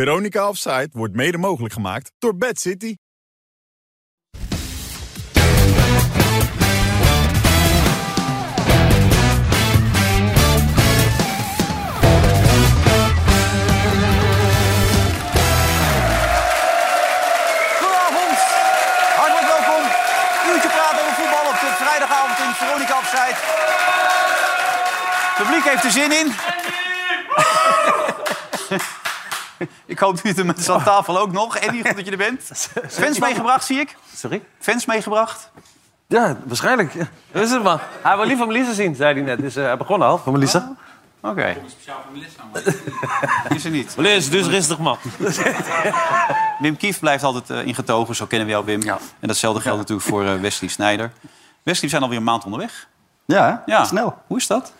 Veronica Offside wordt mede mogelijk gemaakt door Bad City. Goedenavond. Hartelijk welkom. Uurtje praten over voetbal op de vrijdagavond in Veronica Offside. Het publiek heeft er zin in. ik hoop nu de mensen aan tafel ook nog. Eddie, goed dat je er bent. Fans meegebracht, zie ik. Sorry? Fans meegebracht. Ja, waarschijnlijk. Ja, Dat is het, man. Hij wil liever Melissa zien, zei hij net. Dus eh, hij begon al, van Melissa. Oké. Is er niet. Melissa, dus rustig, man. Wim Kief blijft altijd eh, ingetogen, zo kennen we jou, Wim. En datzelfde geldt natuurlijk voor eh, Wesley Snijder. Wesley, we zijn alweer een maand onderweg. Ja, hè? Ja. snel. Hoe is dat?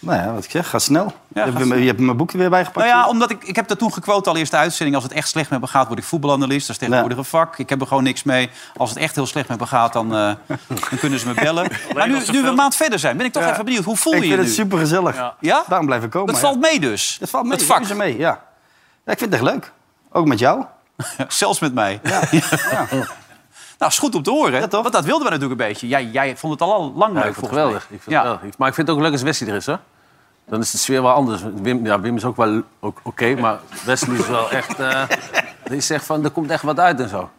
Nou ja, wat ik zeg, ga snel. je, hebt ga me- snel. je hebt mijn boek er weer bijgepakt. Nou ja, omdat ik, ik heb dat toen gequote allereerst de uitzending. Als het echt slecht met me gaat, word ik voetbalanalist. Dat is tegenwoordig een vak. Ik heb er gewoon niks mee. Als het echt heel slecht met me gaat, dan, eh, dan kunnen ze me bellen. Maar nu, nu we een maand verder zijn, ben ik toch even benieuwd. Hoe voel ik je je vind nu? het super gezellig. Ja? Daarom blijf ik komen. dat ja. valt mee dus. dat valt mee. Het vak. Doen ze mee, ja. ja. Ik vind het echt leuk. Ook met jou. Zelfs met mij. Nou, is goed om te horen. toch? Want dat wilden we natuurlijk een beetje. Jij, jij vond het al, al lang Ja, leuk, ik vond het volgens mij. geweldig. Ik vind het geweldig. Maar ik vind het ook leuk als Wesley er is, hè? Dan is de sfeer wel anders. Wim, ja, Wim is ook wel ook oké, maar Wesley is wel echt... eh, die zegt van, er komt echt wat uit en zo.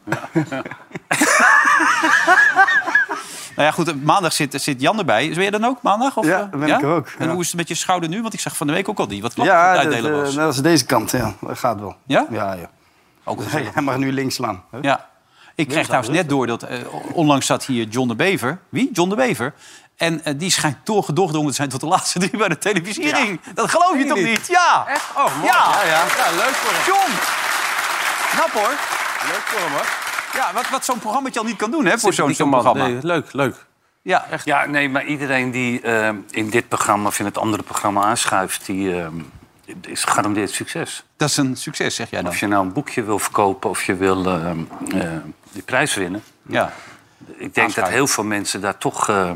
Nou ja, goed, eh, maandag zit, zit Jan erbij. Ben je dan ook maandag? Of, Ja, eh, ben ik er ook, En ja. hoe is het met je schouder nu? Want ik zag van de week ook al die wat klappen aan het dat, uitdelen eh, was. dat is deze kant. Ja. Dat gaat wel. Ja? Ja, ja. Ook een Hey, hij mag nu links slaan. hè? Ja. Ik kreeg trouwens net door dat eh, onlangs zat hier John de Bever. Wie? John de Bever. En eh, die schijnt doorgedrongen te zijn tot de laatste drie bij de televisiering. Dat geloof je toch niet? Ja! Echt? Oh, ja. ja, leuk voor hem. John! Knap hoor. Leuk voor hem hoor. Ja, wat, wat zo'n programma al niet kan doen hè, voor zo'n Sympathieke zo'n man. programma. Nee, leuk, leuk. Ja, echt. Ja, nee, maar iedereen die eh, in dit programma of in het andere programma aanschuift, die eh, is gegarandeerd succes. Dat is een succes, zeg jij dan. Als je nou een boekje wil verkopen of je wil eh, eh, die prijs winnen. Ja. Ik denk dat heel veel mensen daar toch eh,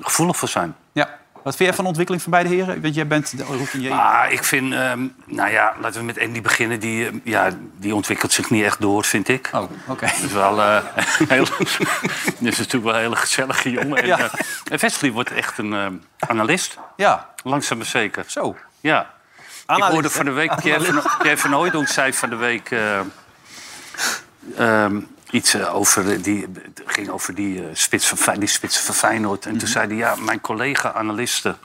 gevoelig voor zijn. ja. Wat vind jij van de ontwikkeling van beide heren? Want jij bent de routinier. Maar ik vind, eh, nou ja, laten we met Andy beginnen. Die, eh, ja, die ontwikkelt zich niet echt door, vind ik. Oh, oké. Dat is wel eh, heel, dat is natuurlijk wel een hele gezellige jongen. En, Ja. eh, en Wesley wordt echt een eh, analist, Ja, langzaam maar zeker. zo. Oh, Ja. Analist, ik hoorde van de week, Pierre van, Pierre van Hooijdonk zei van de week eh, ehm, iets eh, over die, het ging over die, eh, spits van, Fey- die spits van Feyenoord. En Mhm. toen zei hij, ja, mijn collega-analisten,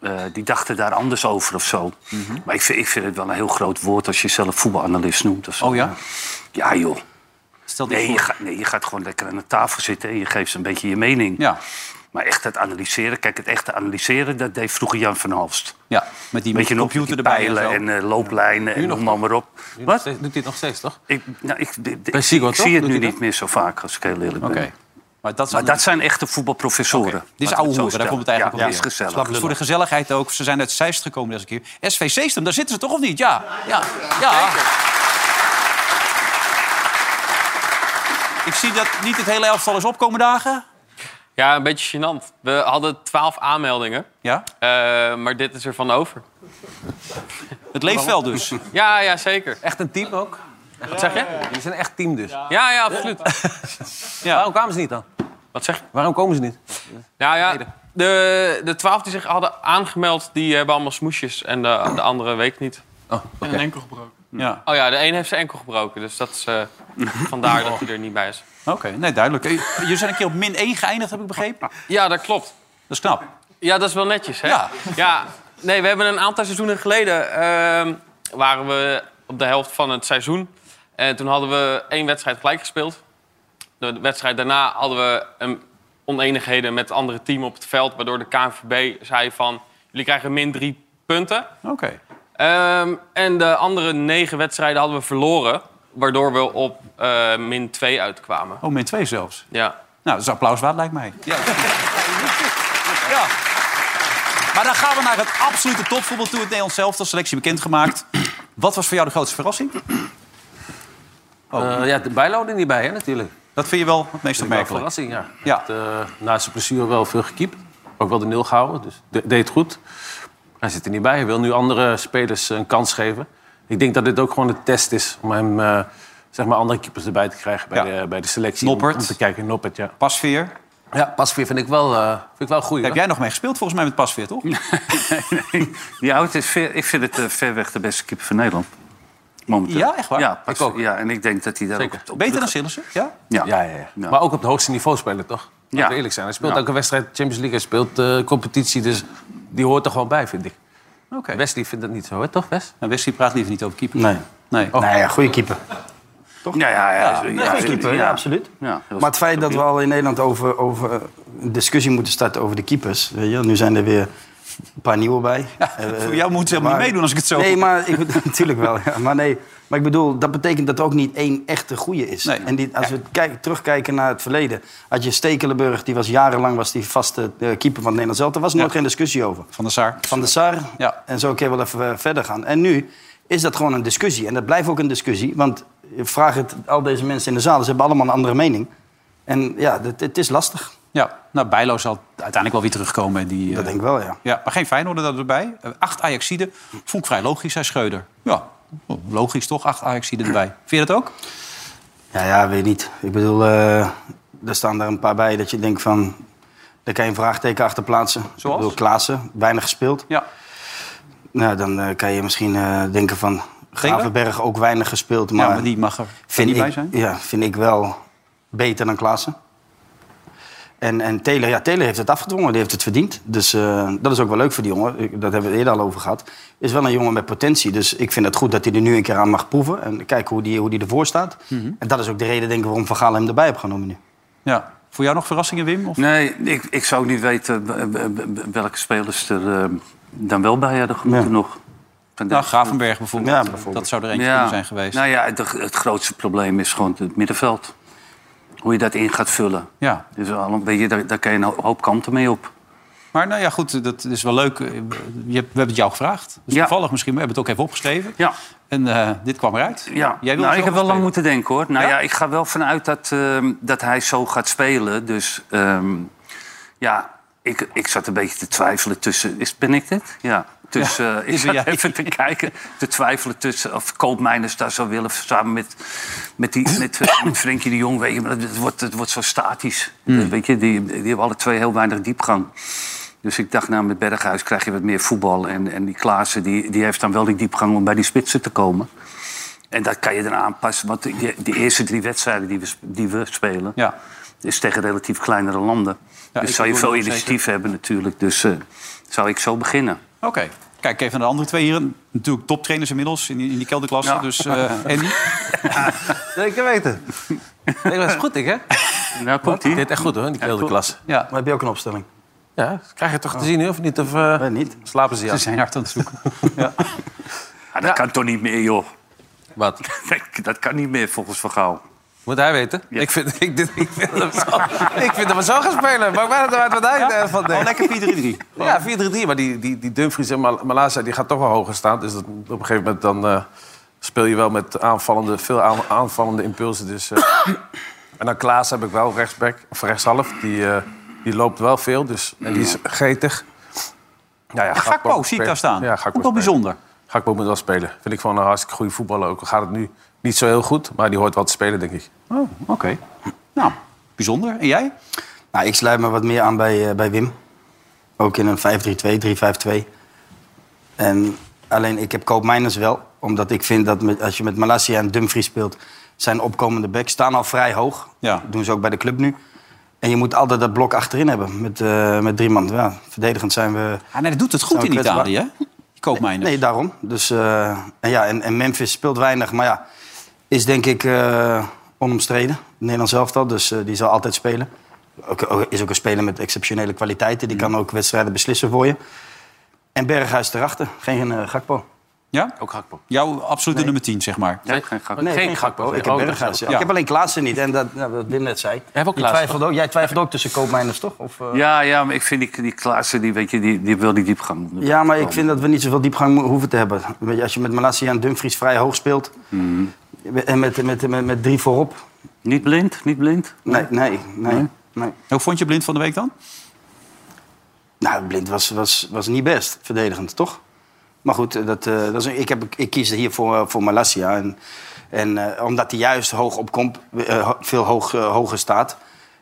eh, die dachten daar anders over of zo. Mhm. Maar ik vind, ik vind het wel een heel groot woord als je zelf voetbalanalist noemt. Of zo. Oh ja? Ja, joh. Stel dit Nee je, voor. gaat, nee, je gaat gewoon lekker aan de tafel zitten en je geeft ze een beetje je mening. Ja. Maar echt het analyseren, kijk, het echte analyseren, dat deed vroeger Jan van Halst. ja, met die Weet je nog, computer met die erbij en zo. pijlen en, eh, looplijnen en nog noem maar, maar op. Wat? Wat? Doet hij het nog steeds, toch? Ik, nou, ik, ik- Bij Sigo, ik toch? zie het Doet nu hij niet meer zo vaak, als ik heel eerlijk ben. Oké. Maar dat is, Maar dat zijn echte voetbalprofessoren. Oké, dit is Laten we ouwe zo hoeren, daar stellen. komt het eigenlijk ja, op dit neer. is gezellig. Dus voor de gezelligheid ook. Ze zijn uit Zeist gekomen deze keer. SV Seestem, daar zitten ze toch of niet? Ja. ja. ja. Ik zie dat niet het hele elftal is opkomen dagen. Ja, een beetje gênant. We hadden twaalf aanmeldingen, Ja. eh, maar dit is ervan over. Het leeft wel dus. Ja, ja, zeker. Echt een team ook? Wat zeg je? Jullie zijn echt team dus. Ja, ja, absoluut. Waarom kwamen ze niet dan? Wat zeg je? Waarom komen ze niet? Nou ja, de, de twaalf die zich hadden aangemeld, die eh, hebben allemaal smoesjes. En de, de andere week niet. Ja. Oh ja, de een heeft zijn enkel gebroken, dus dat is eh, vandaar dat hij er niet bij is. Oké, nee, duidelijk. Eh, Jullie zijn een keer op min 1 geëindigd, heb ik begrepen. Ja, dat klopt. Dat is knap. Ja, dat is wel netjes, hè? Ja. Ja, Nee, we hebben een aantal seizoenen geleden... ehm, waren we op de helft van het seizoen. En toen hadden we één wedstrijd gelijk gespeeld. De wedstrijd daarna hadden we een oneenigheden met het andere team op het veld... waardoor de KNVB zei van... jullie krijgen min drie punten. Oké. Ehm, en de andere negen wedstrijden hadden we verloren... waardoor we op eh, min twee uitkwamen. Oh, min 2 zelfs. Ja. Nou, dat is applaus waard, lijkt mij. Ja. ja. Maar dan gaan we naar het absolute topvoetbal toe. Het Nederlands zelf, selectie bekendgemaakt. Wat was voor jou de grootste verrassing? Eh, ja, de bijlo er niet bij, hè, natuurlijk. Dat vind je wel het meest Wel opmerkelijk. verrassing, ja. Ja. Het, eh, na zijn plezier wel veel gekiept. Ook wel de nul gehouden, dus de- deed goed. Hij zit er niet bij. Hij wil nu andere spelers een kans geven. Ik denk dat dit ook gewoon een test is om hem eh, zeg maar andere keepers erbij te krijgen bij, Ja. de, bij de selectie. Om- Noppert. Om te kijken, Noppert, ja. Pasveer. Ja, Pasveer vind ik wel, eh vind ik wel goed. Heb jij nog mee gespeeld volgens mij met Pasveer, toch? Ja, het is ver- ik vind het eh, ver weg de beste keeper van Nederland. Momenteel. Ja, echt waar? Ja, Ik ook. ja, en ik denk dat hij daar Zeker. ook op- op Beter dan terug- Sillissen? Ja? Ja. Ja, ja, ja. Ja. Maar ook op het hoogste niveau spelen, toch? Laten Ja. we eerlijk zijn. Hij speelt Ja. elke wedstrijd Champions League, hij speelt eh, competitie. Dus die hoort er gewoon bij, vind ik. Oké. Wesley vindt dat niet zo, hè? toch, Wes? Oh. Nou, Wesley praat liever niet over keepers. Nee. Nee. Nou ja, goede keeper. Ja, ja, ja. ja, ja, goede keeper, ja, absoluut. Ja, heel Maar het feit dat we al in Nederland over, over eh, een discussie moeten starten over de keepers. Weet je, wel. nu zijn er weer een paar nieuwe bij. Eh, voor jou moeten ze helemaal niet maar- meedoen als ik het zo Nee, hoor. maar ik, bedoel- natuurlijk wel. Ja. Maar nee, maar ik bedoel, dat betekent dat er ook niet één echte goede is. Nee. En die, als we kijk, terugkijken naar het verleden, had je Stekelenburg, die was jarenlang was die vaste eh, keeper van het Nederlands zelf. Daar was nooit Ja. geen discussie over. Van der Saar. Van de Sar. Ja. En zo kun je wel even eh, verder gaan. En nu is dat gewoon een discussie. En dat blijft ook een discussie. Want ik vraag het al deze mensen in de zaal. Ze hebben allemaal een andere mening. En ja, dat- het is lastig. Ja. Nou, Bijlo zal uiteindelijk wel weer terugkomen. Die, eh, Dat denk ik wel, ja. Ja, maar geen Feyenoord dat erbij. Eh, Acht Ajaxiden. Vond ik vrij logisch, zei Schreuder. Ja, logisch toch? Acht Ajaxiden erbij. Vind je dat ook? Ja, ja, weet niet. Ik bedoel, eh, er staan er een paar bij dat je denkt van... Daar kan je een vraagteken achter plaatsen. Zoals? Ik bedoel, Klaassen, weinig gespeeld. Ja. Nou, dan eh, kan je misschien eh, denken van... Gravenberg ook weinig gespeeld, maar... ja, maar die mag er vind niet ik, bij zijn. Ja, vind ik wel beter dan Klaassen. En, en Taylor, ja, Taylor heeft het afgedwongen, die heeft het verdiend. Dus eh, dat is ook wel leuk voor die jongen. Ik- Dat hebben we het eerder al over gehad. Is wel een jongen met potentie. Dus ik vind het goed dat hij er nu een keer aan mag proeven. En kijken hoe die, hoe die ervoor staat. En dat is ook de reden, denk ik, waarom Van Gaal hem erbij heeft genomen nu. Ja. Voor jou nog verrassingen, Wim? Of? Nee, ik, ik zou ook niet weten eh, eh, eh, welke spelers er eh, dan wel bij hadden gemoeten Ja. nog. Van Nou, de- Gravenberg bijvoorbeeld. Ja, bijvoorbeeld. Dat zou er eentje ja. kunnen zijn geweest. Nou ja, het, het grootste probleem is gewoon het middenveld. Hoe je dat in gaat vullen. Ja. Dus al een beetje, daar, daar kan je een ho- hoop kanten mee op. Maar nou ja, goed, dat is wel leuk. Eh, Je hebt- we hebben het jou gevraagd. Dus Ja. toevallig misschien, we hebben het ook even opgeschreven. Ja. En eh, dit kwam eruit. Ja, Jij wilde nou, zo ik heb wel lang opgeschreven. moeten denken hoor. Nou Ja? ja, ik ga wel vanuit dat, ehm, dat hij zo gaat spelen. Dus ehm, ja, ik, ik zat een beetje te twijfelen tussen. Is, ben ik dit? Ja. Tussen, eh, ik is er zat jij. even te kijken, te twijfelen tussen of Koopmeiners daar zou willen... samen met, met, die, met, eh, met Frenkie de Jong, weet je. Maar het- het wordt, het wordt zo statisch. Hmm. Weet je, die, die hebben alle twee heel weinig diepgang. Dus ik dacht, nou, met Berghuis krijg je wat meer voetbal. En, en die Klaassen, die, die heeft dan wel die diepgang om bij die spitsen te komen. En dat kan je dan aanpassen. Want die, die eerste drie wedstrijden die we, sp- die we spelen... Ja. is tegen relatief kleinere landen. Ja, ik dus zou je bedoel veel dat initiatief hebben natuurlijk. Dus eh, zou ik zo beginnen. Oké, kijk even naar de andere twee hier. Natuurlijk toptrainers inmiddels in die, in die kelderklasse. Ja. Dus eh Andy, Zeker weten. Nee, dat is goed, ik, hè? Nou, komt ie. Dit echt goed, hoor, in die tweede klas. ja, Maar heb je ook een opstelling? Ja, krijg je toch te zien, nu, of niet? Of eh, Nee, niet. slapen ze Oh. ze ja? zijn hard aan het zoeken. Ah, dat kan toch niet meer, joh. Wat? Dat kan niet meer volgens Van Gaal. Moet hij weten? Ik, vind, ik, dit- ik, vind dat we zo- ik vind dat we zo gaan spelen. Maar waar uit wat hij ervan Oh, denkt. lekker 4-3-3. Ja, 4-3-3. Maar die, die, die Dumfries en Mal- Malaza die gaat toch wel hoger staan. Dus dat, op een gegeven moment dan, eh, speel je wel met aanvallende, veel aan- aanvallende impulsen. Dus, eh, en dan Klaas heb ik wel rechtsback, of rechtshalf. Die, eh, die loopt wel veel, dus, en die is gretig. Nou ja, Gakpo zie ik daar staan. Ja, Ook wel Gakpo spelen. bijzonder. Gakpo moet wel spelen. Vind ik gewoon een hartstikke goede voetballer ook. Al gaat het nu niet zo heel goed, maar die hoort wel te spelen, denk ik. Oh, oké. Nou, bijzonder. En jij? Nou, ik sluit me wat meer aan bij, eh, bij Wim. Ook in een 5-3-2, 3-5-2. En alleen ik heb Koopmeiners wel. Omdat ik vind dat met, als je met Malasia en Dumfries speelt... zijn opkomende backs staan al vrij hoog. Ja. Dat doen ze ook bij de club nu. En je moet altijd dat blok achterin hebben met, eh, met drie man. Ja, verdedigend zijn we... Ah, nee, dat doet het goed Zou in ik kwetsbaar- Italië, hè? Je koopt mij Nee, daarom. Dus, eh, en, ja, en, en Memphis speelt weinig, maar ja, is denk ik eh, onomstreden. Nederlands elftal, dus eh, die zal altijd spelen. Ook, ook- is ook een speler met exceptionele kwaliteiten. Die kan ook wedstrijden beslissen voor je. En Berghuis erachter, geen eh, Gakpo. Ja? Ook Gakpo. Jouw absolute nummer 10, zeg maar. Ja, geen grap. Nee, geen Gakpo. Ik Oh, heb dat Berghuis, is ja. ja. Ik heb alleen Klaassen niet. En dat, nou, wat Wim net zei. hebt ook Je Klaassen. twijfelt ook, jij twijfelt ook tussen koopmijners, toch? Of, eh, Ja, ja, maar ik vind die, die Klaassen, die, weet je, die, die wil die diepgang. Ja, maar ik vind dat we niet zoveel diepgang mo- hoeven te hebben. Weet je, Als je met Malasia en Dumfries vrij hoog speelt... Mm. en met, met, met, met drie voorop... Niet blind, niet blind. Nee, nee, nee. nee. Hoe vond je Blind van de Week dan? Nou, Blind was, was, was niet best verdedigend, toch? Maar goed, eh, dat, eh, dat is, een- ik, heb, ik kies hier voor, eh, voor Malasia. En, en eh, omdat hij juist hoog op komt, eh, ho- veel hoog, eh, hoger staat.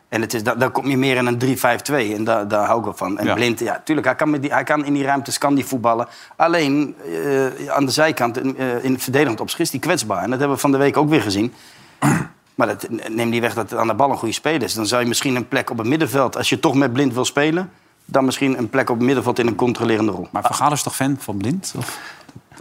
En het is, da- daar kom je meer in een 3-5-2. En daar daar hou ik wel van. En Ja. Blind, ja, tuurlijk, hij kan, met die, hij kan in die ruimtes kan die voetballen. Alleen eh, aan de zijkant, in, eh, in verdedigend opzicht, is die kwetsbaar. En dat hebben we van de week ook weer gezien. Maar dat neem niet weg dat het aan de bal een goede speler is. Dan zou je misschien een plek op het middenveld, als je toch met blind wil spelen, dan misschien een plek op het middenveld in een controlerende rol. Maar Van Gaal is toch fan van Blind? Of,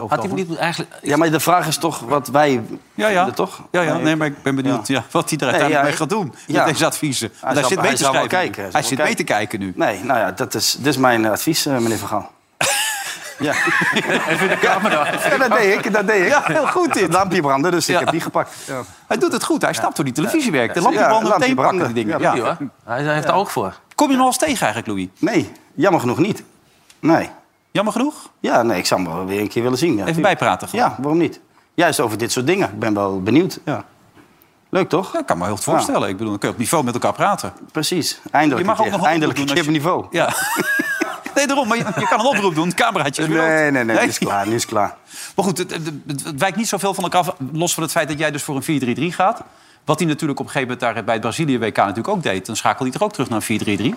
Had hij niet eigenlijk... Ja, maar de vraag is toch wat wij ja, ja. vinden, toch? Ja, ja. Nee, Nee, maar ik ben benieuwd ja. wat hij er uiteindelijk ja, mee gaat doen. ja. Met deze adviezen. Want Hij, zal- zit mee hij te zal wel schrijven. kijken, hij Hij zal zit wel mee te kijken nu. Nee, nou ja, dat is, dat is mijn eh, advies, eh, meneer Van Gaal. ja. ja, dat deed ik, dat deed ik. Ja, heel goed dit. Lampje branden, dus Ja. ik heb die gepakt. Ja, Hij doet het goed. Hij snapt hoe die televisie werkt. De lampje Ja, branden lampje meteen pakken die branden. dingen. Ja, Ja. Hij heeft er ook voor. Kom je nog eens tegen eigenlijk, Louis? Nee, jammer genoeg niet. Nee. Jammer genoeg? Ja, nee, ik zou hem wel weer een keer willen zien. Ja, Even tuurlijk. bijpraten. gewoon. Ja, waarom niet? Juist over dit soort dingen. Ik ben wel benieuwd. Ja. Leuk toch? Ja, ik kan me heel goed voorstellen. Ik bedoel, dan kun je op niveau met elkaar praten. Precies. Eindelijk. Je mag een ook keer. nog een Eindelijk een oproep keer op doen niveau. Ja. Nee, daarom. Maar je, je kan een oproep doen. Het cameraatje is weer Nee, rood. nee, nee. Nu is klaar. Nu is klaar. Maar goed, het, het- het- het wijkt niet zoveel van elkaar af. Los van het feit dat jij dus voor een 4-3-3 gaat. Wat hij natuurlijk op een gegeven moment daar bij het Brazilië-WK natuurlijk ook deed. Dan schakelde hij toch ook terug naar een 4-3-3.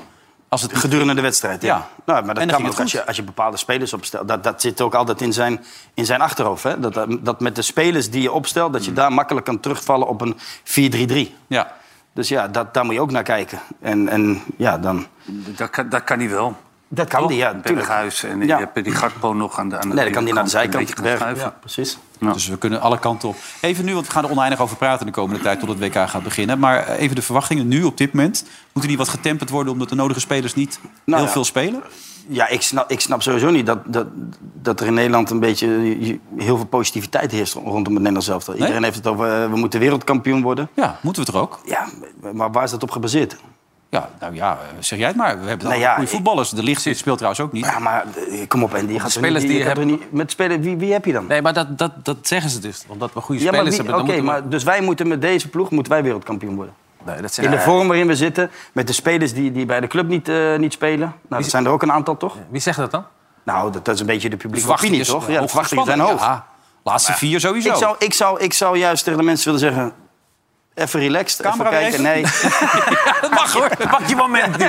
Als het Gedurende de wedstrijd, ja. Ja. Nou, maar En dan dat ging kan het ook als goed. je, als je bepaalde spelers opstelt. Dat, dat zit ook altijd in zijn, in zijn achterhoofd. Hè? Dat- Dat, dat met de spelers die je opstelt, dat je Mm. daar makkelijk kan terugvallen op een 4-3-3. Ja. Dus ja, dat, daar moet je ook naar kijken. En, en ja, dan... Dat kan, dat kan hij wel. Dat kan die, ja, natuurlijk. Berghuis en Ja. je hebt die Gakpo nog aan de aan de Nee, dan kan die naar de binnenkant zijkant. een beetje gaan Berg- schuiven. Ja, precies. Dus we kunnen alle kanten op. Even nu, want we gaan er oneindig over praten de komende tijd tot het WK gaat beginnen. Maar eh, even de verwachtingen nu op dit moment. Moeten die wat getemperd worden omdat de nodige spelers niet Nou heel ja. veel spelen? Ja, ik snap, ik snap sowieso niet dat, dat, dat er in Nederland een beetje eh, heel veel positiviteit heerst rondom het Nederlands zelf. Iedereen heeft het over eh, we moeten wereldkampioen worden. Ja, moeten we toch ook? Ja, maar waar is dat op gebaseerd? Ja, nou ja, eh, zeg jij het maar. We hebben Nou allemaal ja, goede ik- voetballers. De licht speelt trouwens ook niet. Ja, maar eh, kom op, en die gaat er spelers niet, die je gaat je er niet met spelers wie, wie heb je dan? Nee, maar dat, dat, dat zeggen ze dus. Omdat we goede ja, maar spelers wie, hebben. dan oké, moeten we- maar dus wij moeten met deze ploeg moeten wij wereldkampioen worden. Nee, dat zijn Eh, In de vorm waarin we zitten, met de spelers die, die bij de club niet, eh, niet spelen. Nou, dat zijn er ook een aantal, toch? Wie zegt dat dan? Nou, dat, dat is een beetje de publieke Verwachtingen dus- opinie, zijn toch? Ja, de hoog verwachtingen zijn gespannen. hoog. Ja, laatste vier sowieso. Ik zou, ik, zou, ik zou juist tegen de mensen willen zeggen... Even relaxed, Camera even kijken. Nee, Dat mag hoor. Pak je moment nu.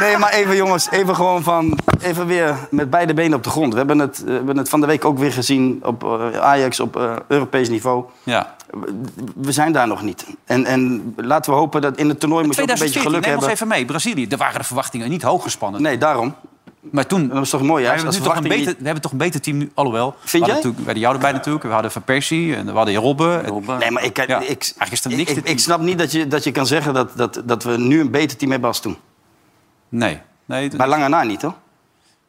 nee, maar even jongens, even gewoon van... Even weer met beide benen op de grond. We hebben het, eh, we hebben het van de week ook weer gezien op eh, Ajax, op eh, Europees niveau. Ja. We zijn daar nog niet. En, en laten we hopen dat in het toernooi moet je ook een 2014, beetje geluk neem ons hebben. even mee. Brazilië, daar waren de verwachtingen niet hoog gespannen. Nee, daarom. Maar toen... Dat was toch mooi, we, hè? hebben Als nu toch een beter, verwachting we hebben toch een beter team nu, alhoewel. we jij? hadden natuurlijk- We hadden jou erbij natuurlijk. We hadden Van Persie en we hadden Robben. En- Robben. niet- Nee, maar ik, Ja, ik, eigenlijk is er niks ik, dit ik, ik snap niet dat je, dat je kan zeggen dat, dat, dat we nu een beter team hebben als toen. Nee. nee Maar langer na niet, hoor.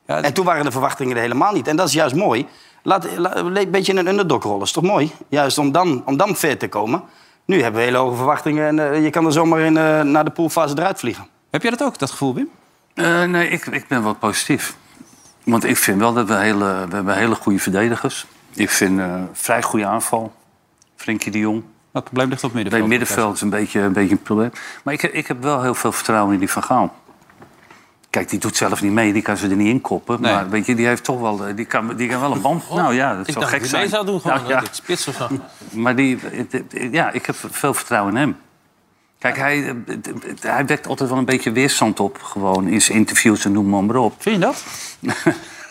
ja, En toen waren de verwachtingen er helemaal niet. En dat is juist mooi. Laat, la- een beetje in een underdog rollen, is toch mooi? Juist om dan, om dan ver te komen. Nu hebben we hele hoge verwachtingen en eh, je kan er zomaar in, eh, naar de poolfase eruit vliegen. Heb jij dat ook, dat gevoel, Wim? Eh, nee, ik, ik ben wel positief. Want ik vind wel dat we hele, we hebben hele goede verdedigers Ik vind eh vrij goede aanval. Frenkie de Jong. Maar het probleem ligt op het Bij middenveld. middenveld is een beetje een, beetje een probleem. Maar ik, heb- ik heb wel heel veel vertrouwen in die Van Gaal. Kijk, die doet zelf niet mee, die kan ze er niet in koppen. Nee. Maar weet je, die heeft toch wel, eh, die kan, die kan wel een band. Nou ja, dat Oh, Ik zou dacht gek dat je zijn. mee zou doen, gewoon Nou, ja. eh, spits of zo. Maar die, het- het- ja, ik heb veel vertrouwen in hem. Kijk, hij, eh, het- het- hij wekt altijd wel een beetje weerstand op, gewoon in zijn interviews en noem maar, maar op. Vind je dat?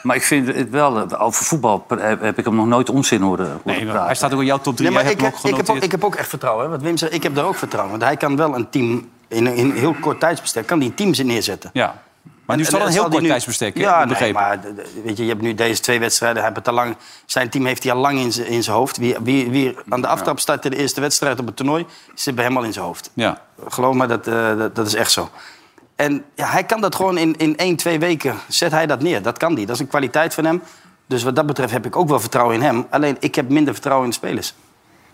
Maar ik vind het wel, eh, over voetbal pr- heb heb ik hem nog nooit onzin horen, horen Nee, maar praten. hij staat ook in jouw top 3. Nee, maar ik, ik, heb, ik, heb ook, ik heb ook echt vertrouwen. Hè? Wat Wim zei, ik heb daar ook vertrouwen. Want hij kan wel een team in een in een heel kort tijdsbestek kan die een team neerzetten. Ja. Maar nu is dat En een dat heel zal die kort nu- tijdsbestek, hè? Ja, Heb ik nee, begrepen. maar d- d- weet je, je hebt nu deze twee wedstrijden. Hij heeft het al lang, zijn team heeft hij al lang in zijn- in zijn hoofd. Wie, wie, wie aan de aftrap start in de eerste wedstrijd op het toernooi... zit bij hem al in zijn hoofd. Ja. Geloof me, dat, eh, dat, dat is echt zo. En ja, hij kan dat gewoon in, in één, twee weken. Zet hij dat neer. Dat kan die. Dat is een kwaliteit van hem. Dus wat dat betreft heb ik ook wel vertrouwen in hem. Alleen ik heb minder vertrouwen in de spelers.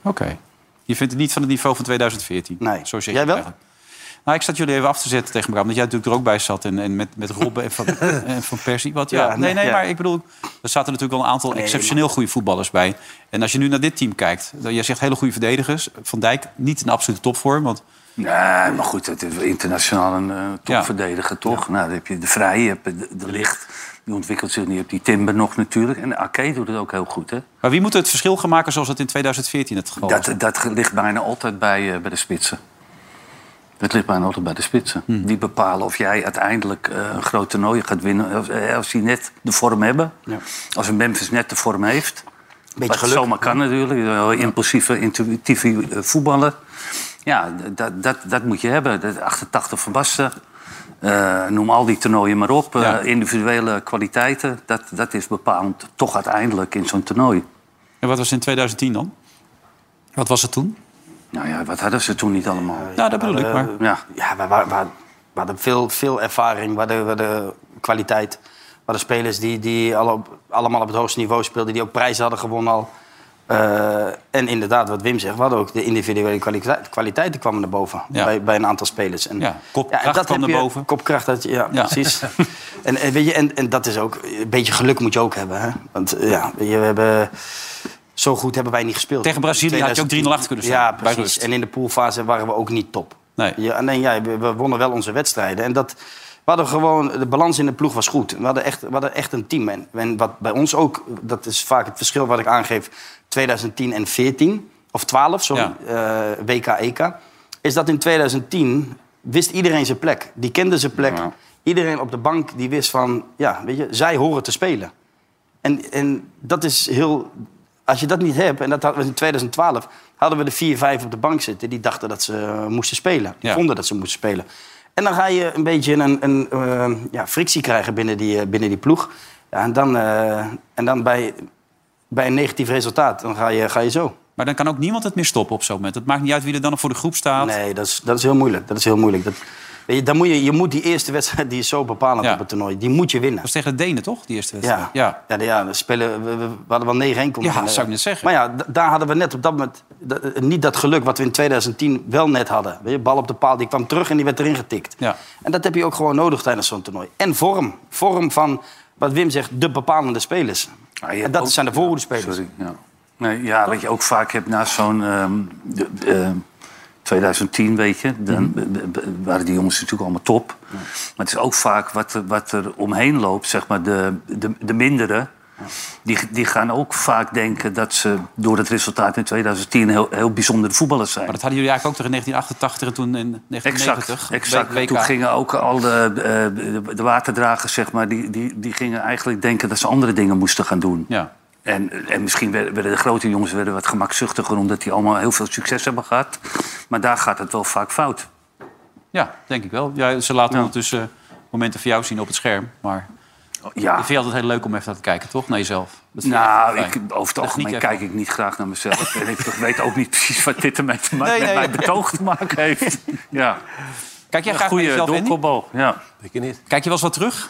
Oké. Je vindt het niet van het niveau van 2014? Nee. Zo zeg je Jij het wel? eigenlijk. Nou, ik zat jullie even af te zetten tegen elkaar. Omdat jij natuurlijk er ook bij zat. En, en met, met Robben en van, en van Persie. Wat, ja. Ja, nee, nee, nee, ja. maar ik bedoel... Er zaten natuurlijk wel een aantal exceptioneel goede voetballers bij. En als je nu naar dit team kijkt... dan- Jij zegt hele goede verdedigers. Van Dijk niet in absolute topvorm. Want Nee, maar goed, het is internationaal een eh, topverdediger, toch? Nou, dan heb je de Vrij, je hebt de, de Licht. Die ontwikkelt zich, die hebt die Timber nog natuurlijk. En Ake doet het ook heel goed, hè? Maar wie moet het verschil gaan maken zoals het in 2014 het geval was? Dat, dat ligt bijna altijd bij, eh, bij de spitsen. Dat ligt bijna altijd bij de spitsen. Die bepalen of jij uiteindelijk eh, een groot toernooi gaat winnen. Als, eh, als die net de vorm hebben. Als een Memphis net de vorm heeft. wat geluk. zomaar kan natuurlijk. Een heel impulsieve, intuïtieve eh, voetballer. Ja, d- dat, dat, dat moet je hebben. Dat 88 van Basten. Eh, noem al die toernooien maar op. Eh, Ja. individuele kwaliteiten. Dat, dat is bepalend toch uiteindelijk in zo'n toernooi. En wat was in 2010 dan? Wat was het toen? Nou ja, wat hadden ze toen niet allemaal? Nou, dat bedoel ik maar. Eh, Ja. Ja, we, we, we, we hadden veel, veel ervaring, we hadden, we hadden kwaliteit. We hadden spelers die, die alle op- allemaal op het hoogste niveau speelden, die ook prijzen hadden gewonnen al. Eh, en inderdaad, wat Wim zegt, we hadden ook de individuele kwaliteit, kwaliteiten kwamen naar boven Ja. bij, bij een aantal spelers. En, Ja, kopkracht en dat kwam heb naar je- boven. Kopkracht, dat, ja, Ja. precies. en, en, weet je, en, en dat is ook, een beetje geluk moet je ook hebben. Hè? Want eh, ja, weet je, we hebben, zo goed hebben wij niet gespeeld. Tegen Brazilië had je ook 3-0 achter kunnen staan, Ja, bij precies. rust. En in de poolfase waren we ook niet top. Nee. Ja, alleen, ja, we we wonnen wel onze wedstrijden. En dat, we hadden gewoon, de balans in de ploeg was goed. We hadden echt, we hadden echt een team. En, en wat bij ons ook, dat is vaak het verschil wat ik aangeef... 2010 en 14, of 12, sorry, eh, WK, EK... is dat in 2010 wist iedereen zijn plek. Die kende zijn plek. Iedereen op de bank die wist van... ja, weet je, zij horen te spelen. En, en dat is heel. Als je dat niet hebt, en dat hadden we in 2012, hadden we de vier, vijf op de bank zitten. Die dachten dat ze eh, moesten spelen. Die Ja. vonden dat ze moesten spelen. En dan ga je een beetje een, een eh, ja, frictie krijgen binnen die, eh, binnen die ploeg. Ja, en dan, eh, en dan bij, bij een negatief resultaat, dan ga je, ga je zo. Maar dan kan ook niemand het meer stoppen op zo'n moment. Het maakt niet uit wie er dan nog voor de groep staat. Nee, dat is, dat is heel moeilijk. Dat is heel moeilijk. Dat, weet je, dan moet je, je moet die eerste wedstrijd, die is zo bepalend Ja. op het toernooi, die moet je winnen. Dat was tegen de Denen, toch? Die eerste wedstrijd. Ja, ja. ja, we, spelen, we, we- we hadden wel 9-1 konden Ja, winnen. dat zou ik net zeggen. Maar ja, d- daar hadden we net op dat moment d- eh, niet dat geluk wat we in 2010 wel net hadden. Weet je, bal op de paal, die kwam terug en die werd erin getikt. Ja. En dat heb je ook gewoon nodig tijdens zo'n toernooi. En vorm. Vorm van, wat Wim zegt, de bepalende spelers. Ja, Ah, je en hebt dat ook- zijn de voorhoede spelers. Sorry, ja. Nee, ja, wat je ook vaak hebt na zo'n ehm, de- ehm, 2010, weet je, Mhm. dan b- b- waren die jongens natuurlijk allemaal top. Maar het is ook vaak wat, er- wat er omheen loopt, zeg maar, de, de, de mindere. Die, die gaan ook vaak denken dat ze door het resultaat in 2010 heel, heel bijzondere voetballers zijn. Maar dat hadden jullie eigenlijk ook tegen 1988 en toen in 1990. Exact, exact. W- WK. Toen gingen ook al de, eh, de waterdragers, zeg maar, die, die, die gingen eigenlijk denken dat ze andere dingen moesten gaan doen. Ja. En, en misschien werden werden de grote jongens werden wat gemakzuchtiger... omdat die allemaal heel veel succes hebben gehad. Maar daar gaat het wel vaak fout. ja, denk ik wel. Ja, ze laten Ja. Ah. ondertussen momenten voor jou zien op het scherm. Maar Ja, Oh, ik vind het altijd heel leuk om even naar te kijken, toch? Naar jezelf. Dat vind ik nou, echt ik, fijn. over het algemeen even kijk ik niet graag naar mezelf. en ik weet ook niet precies wat dit ermee te maken, Nee, nee. met mijn betoog te maken heeft. Ja, Kijk jij graag naar goede jezelf, Andy? doelkoopbal. Ja. Weet je niet. Kijk je wel eens wat terug?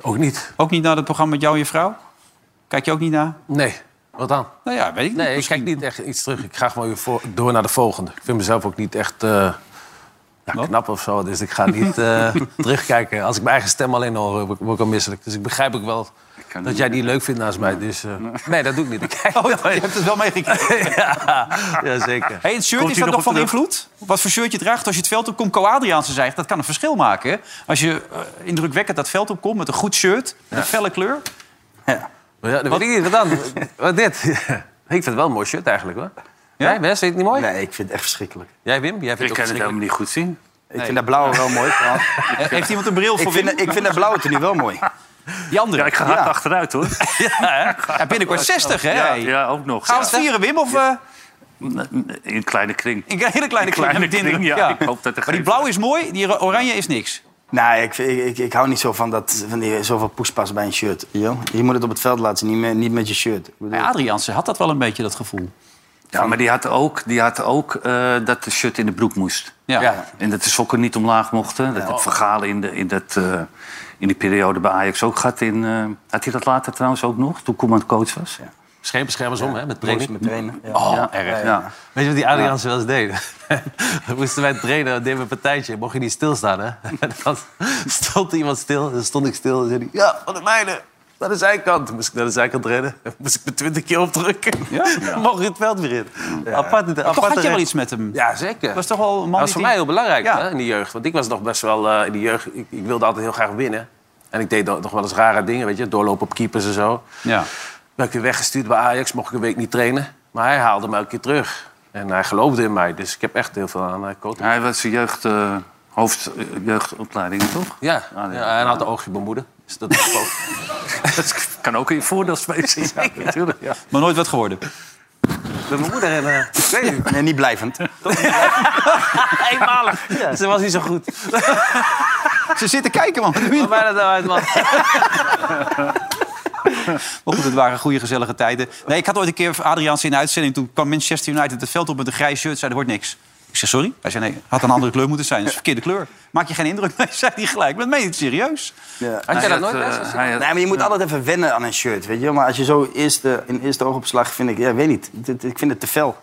Ook niet. Ook niet naar het programma met jou en je vrouw? Kijk je ook niet naar? Nee. Wat dan? Nou ja, weet ik niet. Nee, ik Misschien- kijk niet echt iets terug. Ik ga gewoon weer voor- door naar de volgende. Ik vind mezelf ook niet echt eh, ja, Wat? knap of zo. Dus ik ga niet eh, terugkijken. Als ik mijn eigen stem alleen al hoor, word word ik al misselijk. Dus ik begrijp ook wel kan dat niet- jij het niet leuk vindt naast mij. Dus, eh, nee, dat doe ik niet. Ik kijk Oh, ja, je hebt het wel meegekregen. ja, ja, zeker. Hey, het shirt, Komt is u dat nog nog van op terug? invloed? Wat voor shirt je draagt als je het veld opkomt? Co Adriaanse zegt, dat kan een verschil maken. hè? Als je eh, indrukwekkend dat veld opkomt met een goed shirt, met een felle kleur. Maar Ja, dat weet ik niet. Wat dan? Wat dit? ik vind het wel een mooi shirt eigenlijk hoor. Ja? Jij, Wes, vind je het niet mooi? Nee, ik vind het echt verschrikkelijk. Jij, Wim? Jij Ik vindt kan het het ook helemaal niet goed zien. Ik vind dat blauwe wel mooi. trouwens. Eh, Heeft iemand een bril ik, voor vind, Wim? dat- ik vind dat blauwe tenue wel mooi. Die andere. Ja, ik ga hard Ja. achteruit, hoor. Ja, binnenkort 60, hè? Ja, hey. ja, ook nog. Gaan we Ja. het vieren, Wim? Of eh, In een kleine kring. in een hele kleine kring? kleine met kring, kinderen? ja. Ik hoop dat er maar die geen- blauw is mooi, die ro- oranje is niks. Nee, Nou, ik, ik, ik, ik hou niet zo van, dat, van die, zoveel poespas bij een shirt. weet Je, wel? je moet het op het veld laten zien, niet, met- niet met je shirt. Ik bedoel- Maar Adriaanse had dat wel een beetje, dat gevoel. Ja, maar die had ook, die had ook eh, dat de shirt in de broek moest. Ja. Ja. En dat de sokken niet omlaag mochten. Dat had Vergaal in, de, in, dat, eh, in die periode bij Ajax ook gehad. In, eh, had hij dat later trouwens ook nog, toen Koeman coach was? Ja. Schermbeschermers om, hè? Met training. met trainen. Ja. erg. Ja. Weet je wat die Adriaanse wel eens deden? Dan moesten wij trainen, dan deden we een partijtje. Mocht je niet stilstaan, hè? En dan stond iemand stil, dan stond ik stil. Dan zei hij, ja, van der Meijden. Naar de zijkant. Moest ik naar de zijkant rennen. Moest ik me twintig keer opdrukken. Ja? Mocht je het veld weer in. Aparte, Maar toch had je wel recht. iets met hem. Ja, zeker. Was toch wel een man dat was die voor mij heel belangrijk Ja. hè, in de jeugd. Want ik was nog best wel eh, in de jeugd. Ik, ik wilde altijd heel graag winnen. En ik deed dan nog wel eens rare dingen, weet je, doorlopen op keepers en zo. Ja. Werd ik weer weggestuurd bij Ajax, mocht ik een week niet trainen. Maar hij haalde me elke keer terug. En hij geloofde in mij, dus ik heb echt heel veel aan eh, coach. Hij was een jeugd, eh, hoofd eh, jeugdopleiding, toch? Ja, Ah, nee. ja, en hij had een oogje op mijn moeder. Dus dat was ook- Dat kan ook in je voordeel spelen. Ja, natuurlijk. Ja. Maar nooit wat geworden. Met mijn moeder en... eh, ik weet niet. Nee, niet blijvend. Eenmalig. Ze was niet zo goed. Ze zitten kijken, man. Maar Maar dat nou uit, man. goed, het waren goede, gezellige tijden. Nee, ik had ooit een keer Adriaanse in de uitzending. Toen kwam Manchester United het veld op met een grijs shirt. Zei, er wordt niks. Ik zeg, sorry? Hij zei, nee, had een andere kleur moeten zijn. Dat is een verkeerde kleur. Maak je geen indruk mee, zei hij gelijk. Maar dat meen je het serieus. Had jij dat nooit? eh, Bas? hij had- Nee, maar je moet altijd even wennen aan een shirt, weet je. Maar als je zo eerste, in eerste oogopslag vind ik... Ja, ik weet niet. Dit- dit- Ik vind het te fel.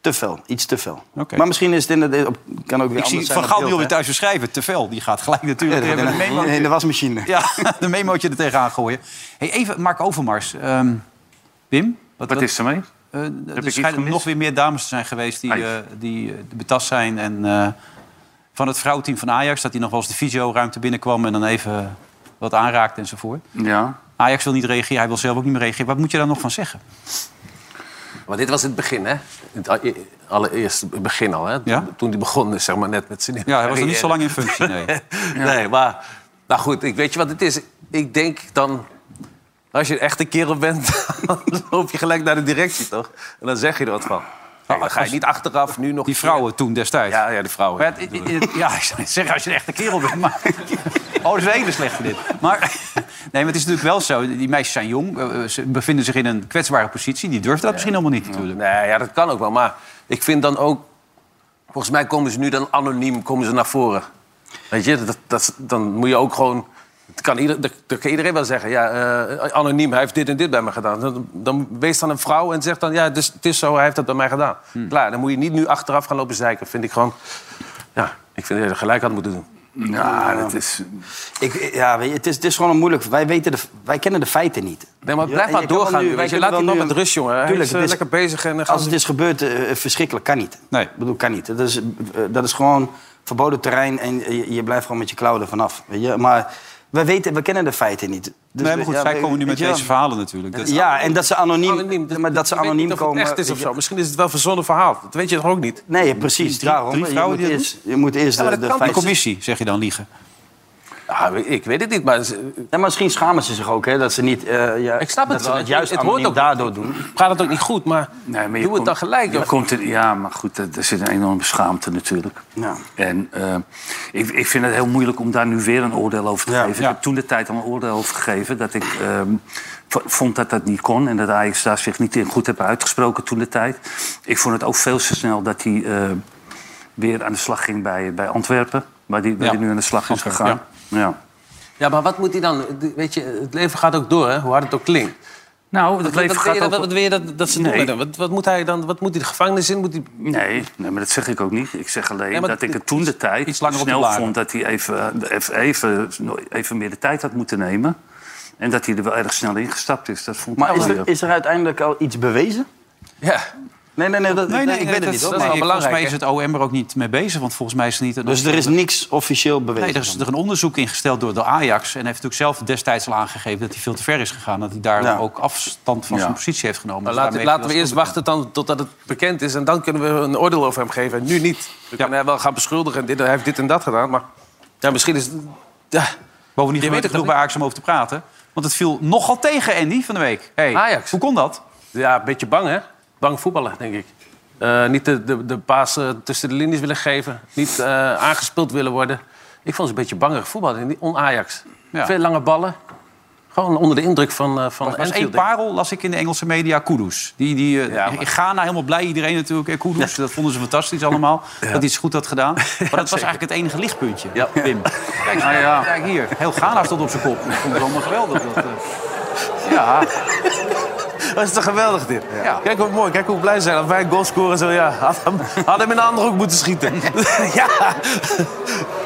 Te fel. Iets te fel. Oké. Maar misschien is het inderdaad... op- Kan ook weer Ik zie anders zijn Van op Gaal beeld, die alweer hè. thuis verschrijven. Te fel. Die gaat gelijk natuurlijk Ja, even dat- de memo, in de wasmachine. ja, de memootje er tegenaan gooien. Hey, even Mark Overmars. Ehm, Wim? Wat is er mee? Eh, ik er iets schijnen gemist? nog weer meer dames te zijn geweest die, Ai. eh, die eh, betast zijn. En eh, van het vrouwteam van Ajax, dat hij nog wel eens de fysioruimte binnenkwam en dan even wat aanraakte enzovoort. Ja. Ajax wil niet reageren, hij wil zelf ook niet meer reageren. Wat moet je daar nog van zeggen? Maar dit was het begin, hè? Het a- allereerste begin al, hè? Ja? Toen hij begon, dus zeg maar, net met zijn... Ja, hij was nog niet zo lang in functie, nee. Nee, maar... Nou goed, ik weet je wat het is? Ik denk dan... Als je een echte kerel bent, dan loop je gelijk naar de directie, toch? En dan zeg je er wat van. Kijk, dan ga je niet achteraf, nu nog... Ah, Die vrouwen toen destijds. Ja, ja, die vrouwen. Maar het- het- het- ja, ik zou net zeggen als je een echte kerel bent. Maar... Oh, dat is een hele slechte dit. Maar, nee, maar het is natuurlijk wel zo. Die meisjes zijn jong. eh, Ze bevinden zich in een kwetsbare positie. Die durven dat misschien allemaal niet natuurlijk. Nee, ja, dat kan ook wel. Maar ik vind dan ook... Volgens mij komen ze nu dan anoniem komen ze naar voren. Weet je, dat, dat, dan moet je ook gewoon... Dat kan, ieder, dat, dat kan iedereen wel zeggen. Ja, eh, anoniem, hij heeft dit en dit bij me gedaan. Dan, dan wees dan een vrouw en zeg dan... Ja, het is, het is zo, hij heeft dat bij mij gedaan. Klaar, dan moet je niet nu achteraf gaan lopen zeiken. Vind ik gewoon... Ja, ik vind dat je er gelijk aan moeten doen. Ja, dat is... Ik, ja, weet je, het, is, het is gewoon moeilijk. Wij, weten de, wij kennen de feiten niet. Nee, maar Ja, blijf en maar je kan wel doorgaan. nu- nu, wij weet je, kunnen laat hem wel dan nu met een- rust, jongen. Hij Tuurlijk, is eh, het is- lekker bezig. En, eh, gaat Als het is gebeurd, eh, eh, verschrikkelijk, kan niet. Nee. Ik bedoel, kan niet. Dat is, eh, dat is gewoon verboden terrein en je, je blijft gewoon met je klauwen ervan af. Weet je? Maar wij weten, we kennen de feiten niet. Dus nee, we- maar goed, ja, zij we- komen nu met weet je deze wel. verhalen natuurlijk. Dat- Ja, en dat ze anoniem, anoniem. Dus maar dat ze je weet anoniem niet of het komen. echt is weet of je- zo. Misschien is het wel een verzonnen verhaal. Dat weet je toch ook niet? Nee, precies. drie- daarom. drie je, vrouwen moet die dat eerst, je moet eerst de, maar de dat kan De feiten... commissie, zeg je dan, liegen. Ja, ik weet het niet, maar ze- Ja, maar misschien schamen ze zich ook, hè, dat ze niet... eh, ja, Ik snap het dat ze wel. dat juist Het hoort anoniem ook- daardoor doen. praat het ook niet goed, maar, Nee, maar je doe het komt- dan gelijk. je joh. komt in- ja, maar goed, er er zit een enorme schaamte natuurlijk. Ja. En eh, ik, ik vind het heel moeilijk om daar nu weer een oordeel over te Ja, geven. ja. Ik heb toen de tijd al een oordeel over gegeven. Dat ik eh, v- vond dat dat niet kon. En dat Ajax daar zich niet in goed heb uitgesproken toen de tijd. Ik vond het ook veel te snel dat hij eh, weer aan de slag ging bij, bij Antwerpen. Waar hij Ja. nu aan de slag is Antwerpen, gegaan. ja. Ja, maar wat moet hij dan? Weet je, het leven gaat ook door, hè? hoe hard het ook klinkt. Nou, dat Wat- leven wat, gaat wil je, ook... dat- wat wil je dat, dat ze doen Nee. met hem? Wat, wat moet hij dan? Wat moet hij de gevangenis in? Moet hij... Nee, nee, maar dat zeg ik ook niet. Ik zeg alleen Nee, maar dat ik dit- het toen de tijd iets langer op de snel blaren. vond dat hij even, even, even, even meer de tijd had moeten nemen. En dat hij er wel erg snel ingestapt is. Dat vond ik Maar is wel weer- er, is er uiteindelijk al iets bewezen? Ja. Nee, nee, nee, dat, Nee, nee, ik nee, weet dat- het niet. hoor, dat maar- is wel Volgens belangrijk, mij is het OM er ook niet mee bezig, want volgens mij is het niet... Een Dus er is niks officieel bewezen. Nee, er is er een onderzoek ingesteld door de Ajax. En hij heeft natuurlijk zelf destijds al aangegeven dat hij veel te ver is gegaan. Dat hij daar Ja. ook afstand van Ja. zijn positie heeft genomen. Maar Dus laten, daarmee heeft laten hij we eerst wel schuld wachten dan totdat het bekend is. En dan kunnen we een oordeel over hem geven. En nu niet. We kunnen hem wel gaan beschuldigen. Dit, hij heeft dit en dat gedaan. Maar ja, misschien is het... Ja. bekend. Bovendien Je weet weet ik het genoeg bij Ajax om over te praten. Want het viel nogal tegen, Andy, van de week. Hey, Ajax. Hoe kon dat? Ja, een beetje bang, hè? Bang voetballen, denk ik. Eh, niet de, de, de paas eh, tussen de linies willen geven. Niet eh, aangespeeld willen worden. Ik vond ze een beetje bangerig voetballen. die On-Ajax. Ja. Veel lange ballen. Gewoon onder de indruk van, eh van Er was één Anfield, denk ik. parel, las ik in de Engelse media, Kudus. Die, die eh, Ja, maar- in Ghana helemaal blij, iedereen natuurlijk. eh, Kudus, dat vonden ze fantastisch allemaal. Dat hij het goed had gedaan. Maar dat was eigenlijk het enige lichtpuntje, Ja. Wim. Kijk, kijk hier, heel Ghana stond op zijn kop. Ik vond het allemaal geweldig. Dat, eh, Dat is toch geweldig, dit? Ja. Kijk hoe mooi, kijk hoe blij ze zijn. Als wij een goal scoren, zo ja. Had hem, had hem in de andere hoek moeten schieten. ja.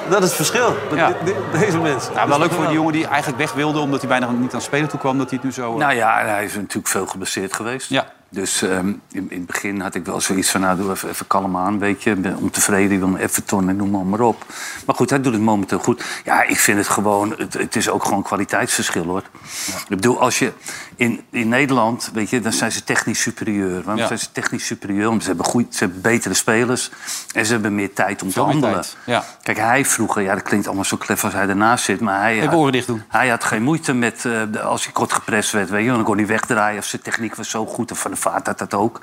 Dat is het verschil. Dat- Ja. de- de- deze mensen. Nou, wel leuk voor die jongen die eigenlijk weg wilde... omdat hij bijna niet aan spelen toe kwam, dat hij het nu zo... eh, Nou ja, en hij is natuurlijk veel geblesseerd geweest. Ja. Dus ehm, in, in het begin had ik wel zoiets van, nou, doe even, even kalm aan, weet je. Ik ben ontevreden, ik wil naar Everton en noem maar, maar op. Maar goed, hij doet het momenteel goed. Ja, ik vind het gewoon, het, het is ook gewoon kwaliteitsverschil, hoor. Ik bedoel, als je in, in Nederland, weet je, dan zijn ze technisch superieur. Waarom Ja. zijn ze technisch superieur? Omdat ze hebben, goed, ze hebben betere spelers en ze hebben meer tijd om Veel te meer handelen. tijd, ja. Kijk, hij vroeger, ja, dat klinkt allemaal zo klef als hij ernaast zit, maar hij... Even oren dicht doen. Hij had geen moeite met eh, de- als hij kort geprest werd. Weet je, wel. dan kon hij wegdraaien of zijn techniek was zo goed. En Van de Vaart had dat ook.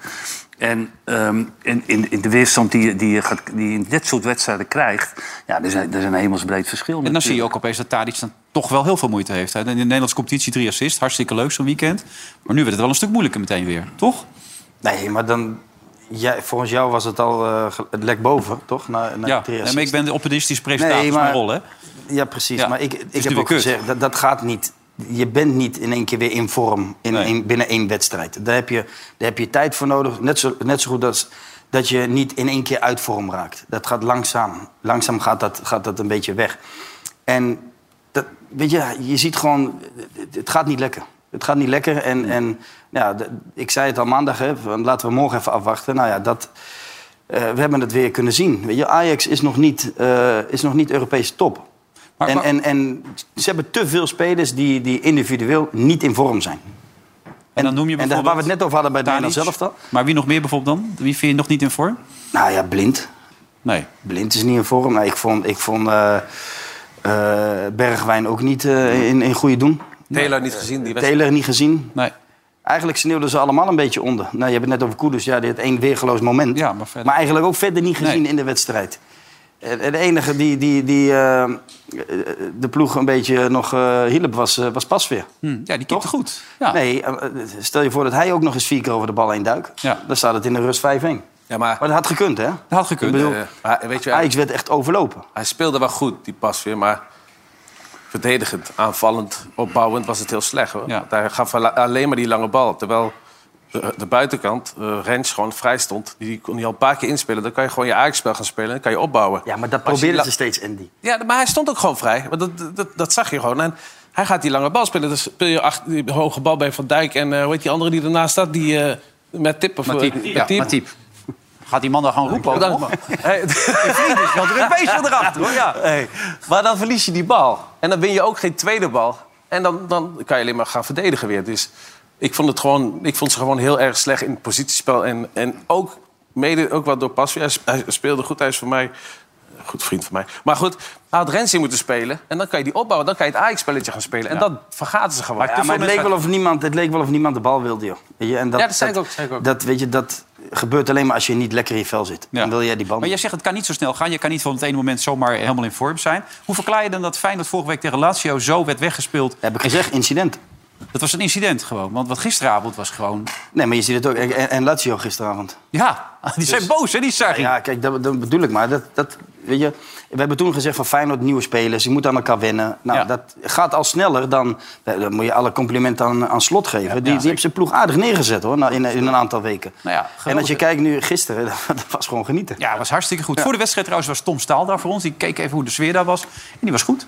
En ehm, in, in, in de weerstand die, je- die, je gaat, die je in dit soort wedstrijden krijgt... Ja, er zijn er is een hemelsbreed verschil En dan zie je natuurlijk. ook opeens dat Tadic dan toch wel heel veel moeite heeft. hè. In de Nederlandse competitie drie assists, hartstikke leuk zo'n weekend. Maar nu werd het wel een stuk moeilijker meteen weer, toch? Nee, maar dan... Jij, volgens jou was het al eh, ge- het lek boven, toch? Na, na Ja, drie nee, maar assists. ik ben de opportunistische presentatie Nee, van mijn maar- rol, hè? Ja, precies. Ja, Maar ik, dus ik heb die ook weer kut. gezegd, dat, dat gaat niet. Je bent niet in één keer weer in vorm in Nee. één- binnen één wedstrijd. Daar heb je, daar heb je tijd voor nodig. Net zo, net zo goed als dat je niet in één keer uit vorm raakt. Dat gaat langzaam. Langzaam gaat dat, gaat dat een beetje weg. En dat, weet je, je ziet gewoon, het, het gaat niet lekker. Het gaat niet lekker. En, en ja, d- ik zei het al maandag, hè, van laten we morgen even afwachten. Nou ja, dat, eh, we hebben het weer kunnen zien. Weet je, Ajax is nog niet, eh, is nog niet Europese top. Maar- en, maar- en, en ze hebben te veel spelers die, die individueel niet in vorm zijn. En dan noem je En daar waar we bijvoorbeeld het net over hadden bij het Tadic. Nederlands zelf dan. Maar wie nog meer bijvoorbeeld dan? Wie vind je nog niet in vorm? Nou ja, blind. Nee. Blind is niet in vorm. Nou, ik vond, ik vond eh, eh, Bergwijn ook niet eh, in, in goede doen. Taylor niet gezien, die wedstrijd. Taylor niet gezien. nee. Eigenlijk sneeuwden ze allemaal een beetje onder. Nou, je hebt het net over Koeders. Ja, die had één weergeloos moment. Ja, maar verder- eigenlijk ook verder niet gezien Nee. in de wedstrijd. En en de enige die, die, die eh, eh, de ploeg een beetje nog eh, hielp was, eh, was Pasveer. Hm, ja, die keept goed. Ja. Nee, eh, eh, stel je voor dat hij ook nog eens vier keer over de bal heen duikt. Ja. Dan staat het in de rust 5-1. Ja, maar, Maar dat had gekund, hè? Dat had gekund. Ik bedoel, eh, maar weet je, hij, Ajax werd echt overlopen. hij speelde wel goed, die pas weer. Maar verdedigend, aanvallend, opbouwend was het heel slecht. Hoor. Ja. Want hij gaf al- alleen maar die lange bal. Terwijl de, de buitenkant, eh Rens, gewoon vrij stond. Die kon hij al een paar keer inspelen. Dan kan je gewoon je Ajax-spel gaan spelen. Dan kan je opbouwen. Ja, maar dat Als je probeerden la- ze steeds, Andy. Ja, maar hij stond ook gewoon vrij. Want dat, dat, dat zag je gewoon. En hij gaat die lange bal spelen. Dan speel je achter, die hoge bal bij Van Dijk. En eh hoe heet die andere die ernaast staat? Die eh, met tip of Matip. eh, Ja, Matip. Matip. Gaat die man dan gewoon roepen? Bedankt, ook nog? man. is wel druk bezig erachter, hoor. Ja. Hey, maar dan verlies je die bal. En dan win je ook geen tweede bal. En dan, dan kan je alleen maar gaan verdedigen weer. Dus ik vond, het gewoon, ik vond ze gewoon heel erg slecht in het positiespel. En, en ook mede ook wat door Pasveer. Hij sp- Hij speelde goed. Hij is voor mij een goed vriend van mij. Maar goed, hij had Rens in moeten spelen. En dan kan je die opbouwen. Dan kan je het Ajax-spelletje gaan spelen. En dat vergaten ze gewoon. Ja, maar het leek, wel of niemand, het leek wel of niemand de bal wilde, joh. Weet je, en dat, Ja, dat zei ik ook, zei ik ook. Dat, weet je, dat gebeurt alleen maar als je niet lekker in je vel zit. Ja. Dan wil jij die bal Maar jij niet. zegt het kan niet zo snel gaan. Je kan niet van het ene moment zomaar helemaal in vorm zijn. Hoe verklaar je dan dat Feyenoord vorige week tegen Lazio zo werd weggespeeld? Heb ik gezegd, incident. Dat was een incident gewoon. Want wat gisteravond was gewoon... Nee, maar je ziet het ook. En, en Lazio gisteravond. Ja, die zijn boos, hè, die sarri. Dus- Ja, kijk, dat, dat bedoel ik maar. Dat, dat, weet je, we hebben toen gezegd van Feyenoord, nieuwe spelers. Je moet aan elkaar wennen. Nou, Ja. dat gaat al sneller dan... eh, Dan moet je alle complimenten aan, aan Slot geven. die die heeft zijn ploeg aardig neergezet, hoor, nou, in, in een aantal weken. Nou ja, en geweldig. als je kijkt nu gisteren, dat was gewoon genieten. Ja, was hartstikke goed. Voor de wedstrijd trouwens was Tom Staal daar voor ons. Die keek even hoe de sfeer daar was. En die was goed.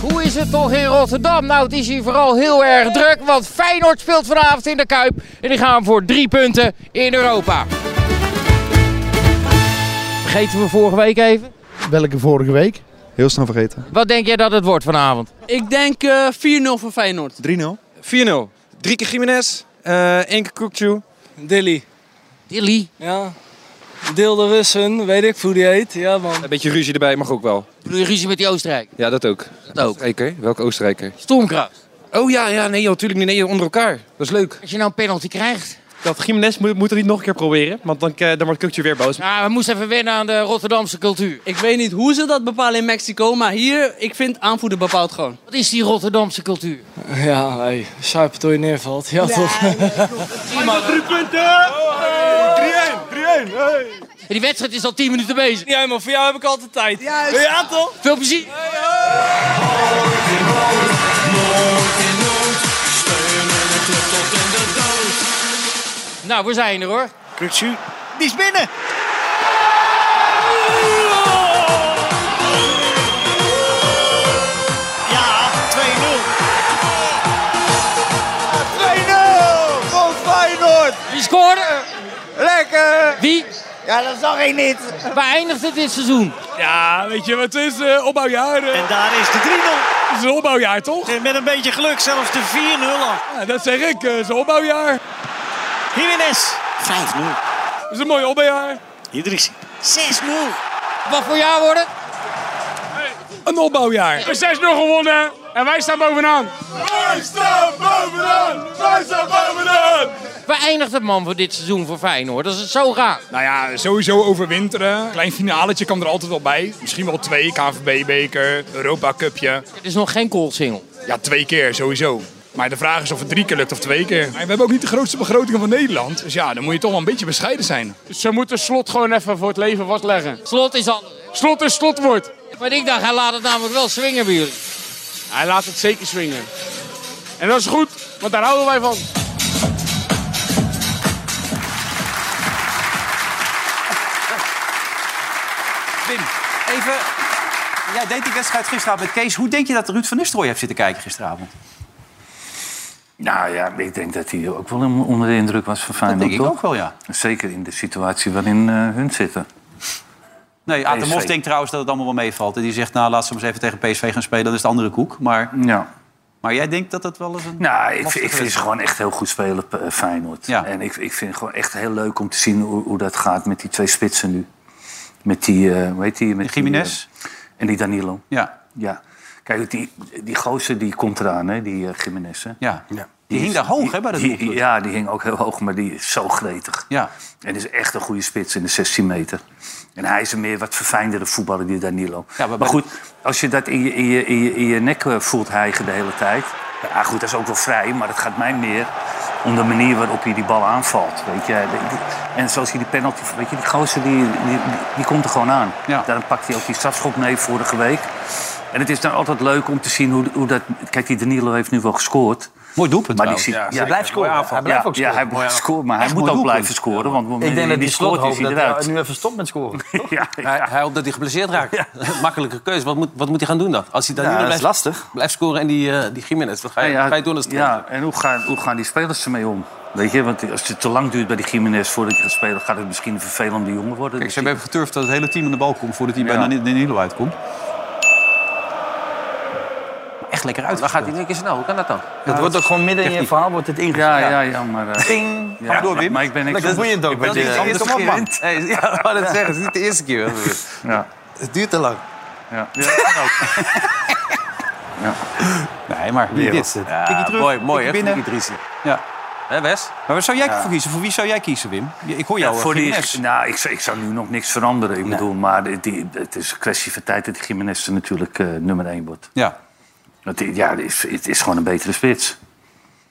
Hoe is het toch in Rotterdam? Nou, het is hier vooral heel erg druk, want Feyenoord speelt vanavond in de Kuip. En die gaan voor drie punten in Europa. Vergeten we vorige week even? Welke vorige week? Heel snel vergeten. Wat denk jij dat het wordt vanavond? Ik denk eh, 4-0 voor Feyenoord. 3-0. 4-0. Drie keer Jiménez, eh, één keer Kukcu. Dilly. Dilly. Ja. Deel de Russen, weet ik hoe die heet. Ja, man. Een beetje ruzie erbij mag ook wel. Bedoel je ruzie met die Oostenrijk? Ja, dat ook. Dat ook. Zeker. Welke Oostenrijker? Stormkraus. Oh ja, ja, nee, natuurlijk niet. Nee, onder elkaar. Dat is leuk. Als je nou een penalty krijgt. Dat Jiménez moet, moet er niet nog een keer proberen, want dan, eh, dan wordt Kukcu weer boos. Nou, we moesten even wennen aan de Rotterdamse cultuur. Ik weet niet hoe ze dat bepalen in Mexico, maar hier, ik vind aanvoerder bepaalt gewoon. Wat is die Rotterdamse cultuur? Ja, hey, zuipen tot je neervalt. Ja, toch? En die wedstrijd is al 10 minuten bezig. Ja, man, voor jou heb ik altijd tijd. ja toch? Veel plezier. Nou, we zijn er hoor. Kuksu. Die is binnen. Ja, 2-0. 2-0 voor Feyenoord. Wie scoorde? Lekker. Wie? Ja, dat zag ik niet. Waar eindigt het dit seizoen? Ja, weet je, wat is eh, opbouwjaar. En daar is de 3-0. Het is een opbouwjaar, toch? Met een beetje geluk zelfs de 4-0. Ja, dat zeg ik, eh, het is een opbouwjaar. Jiménez. 5-0. Het is een mooi opbouwjaar. Idrissi. 6-0. Wat voor jaar worden? Een opbouwjaar. 6-0 gewonnen en wij staan bovenaan. Wij staan bovenaan! Wij staan bovenaan! Waar eindigt het man voor dit seizoen voor Feyenoord als het zo gaat? Nou ja, sowieso overwinteren. Klein finaletje kan er altijd wel bij. Misschien wel twee, KNVB-beker, Europa Cupje. Het is nog geen single. Ja, twee keer sowieso. Maar de vraag is of het drie keer lukt of twee keer. Maar we hebben ook niet de grootste begroting van Nederland. Dus ja, dan moet je toch wel een beetje bescheiden zijn. Ze moeten slot gewoon even voor het leven vastleggen. Slot is al. Slot is slotwoord. Maar ik dacht, hij laat het namelijk wel swingen bij jullie. Hij laat het zeker swingen. En dat is goed, want daar houden wij van. Wim, even... Jij deed die wedstrijd gisteravond met Kees. Hoe denk je dat Ruud van Nistelrooy heeft zitten kijken gisteravond? Nou ja, ik denk dat hij ook wel onder de indruk was van Feyenoord, denk ik toch? ook wel, ja. Zeker in de situatie waarin eh, hun zitten. Nee, Aad de PSV. Mos denkt trouwens dat het allemaal wel meevalt. En die zegt, nou, laat ze maar eens even tegen PSV gaan spelen. Dat is de andere koek. Maar, ja. maar jij denkt dat dat wel eens een... Nou, ik, lastige ik vind ze wedstrijd- gewoon echt heel goed spelen, P- eh, Feyenoord. En ik, ik vind het gewoon echt heel leuk om te zien hoe, hoe dat gaat met die twee spitsen nu. Met die, eh, hoe heet die? Met die, Jiménez? eh, en die Danilo. Ja. ja. Kijk, die, die gozer die komt eraan, hè, die eh Jiménez. Hè? Ja. Die hing is- daar hoog, hè, bij dat die- doelpunt. Ja, die hing ook heel hoog, maar die is zo gretig. Ja. En is echt een goede spits in de 16 meter. En hij is een meer wat verfijndere voetballer, die Danilo. maar, goed, als je dat in je, in, je, in, je, in je nek eh, voelt hijgen de hele tijd... Ja, goed, dat is ook wel vrij, maar het gaat mij meer om de manier waarop hij die bal aanvalt. Weet je. En zoals hij die penalty... Weet je, die gozer, die, die, die komt er gewoon aan. Daarom pakt hij ook die strafschop mee vorige week. En het is dan altijd leuk om te zien hoe, hoe dat... Kijk, die Danilo heeft nu wel gescoord. Mooi doelpunt maar die trouwens. ziet- Ja, hij blijft zeker. scoren. Mooi aanval. Hij blijft Ja, ook scoren. Ja, hij blijft Mooi scoren, maar hij aanval. moet Echt ook mooi blijven scoren. Want Ik denk die, dat die slot scoort, is hoopt hij dat eruit. eh, hij nu even stopt met scoren. toch? Hij, hij hoopt dat hij geblesseerd raakt. Makkelijke keuze. Wat moet, wat moet hij gaan doen dan? Als hij dan Ja, niet dat is blijft, blijft scoren en die, eh die Jiménez, wat ga je, Ja, ga je doen als trainer? ja, en hoe gaan, hoe gaan die spelers ermee om? Weet je, want als het te lang duurt bij die Jiménez voordat je gaat spelen... gaat het misschien een vervelende jongen worden. Kijk, ze hebben even geturfd dat het hele team aan de bal komt... voordat hij Ja. bijna bij Danilo uitkomt. Echt lekker uit. Waar gaat hij in één keer snel? Hoe kan dat dan? Dat wordt ook gewoon midden in je Techniek. verhaal wordt het ingezet. Ja, ja, ja, maar... eh, Ping. ja, Maar ik ben niks Lekker boeiend ook. Ik ben bij niks die- anders Kom op, man. gewend. Hey, Ja, ik wou dat zeggen. Het is niet de eerste keer. hoor. Ja. Het duurt te lang. Ja, ja, kan ook. Nee, maar wie Wereld. dit? Ja, Tikkie terug, mooi, mooi, tikkie hè, binnen. Frenkie Driessen. Ja. Hè, Wes? Maar waar zou jij Ja. voor kiezen? Voor wie zou jij kiezen, Wim? Ik hoor Ja, jou, voor eh, die, Jiménez. nou, ik, zou- ik zou nu nog niks veranderen. Ik bedoel, maar die- die, het is een kwestie van tijd dat die Jiménez er natuurlijk eh, nummer één wordt. Ja. Want die- ja, het is, het is gewoon een betere spits.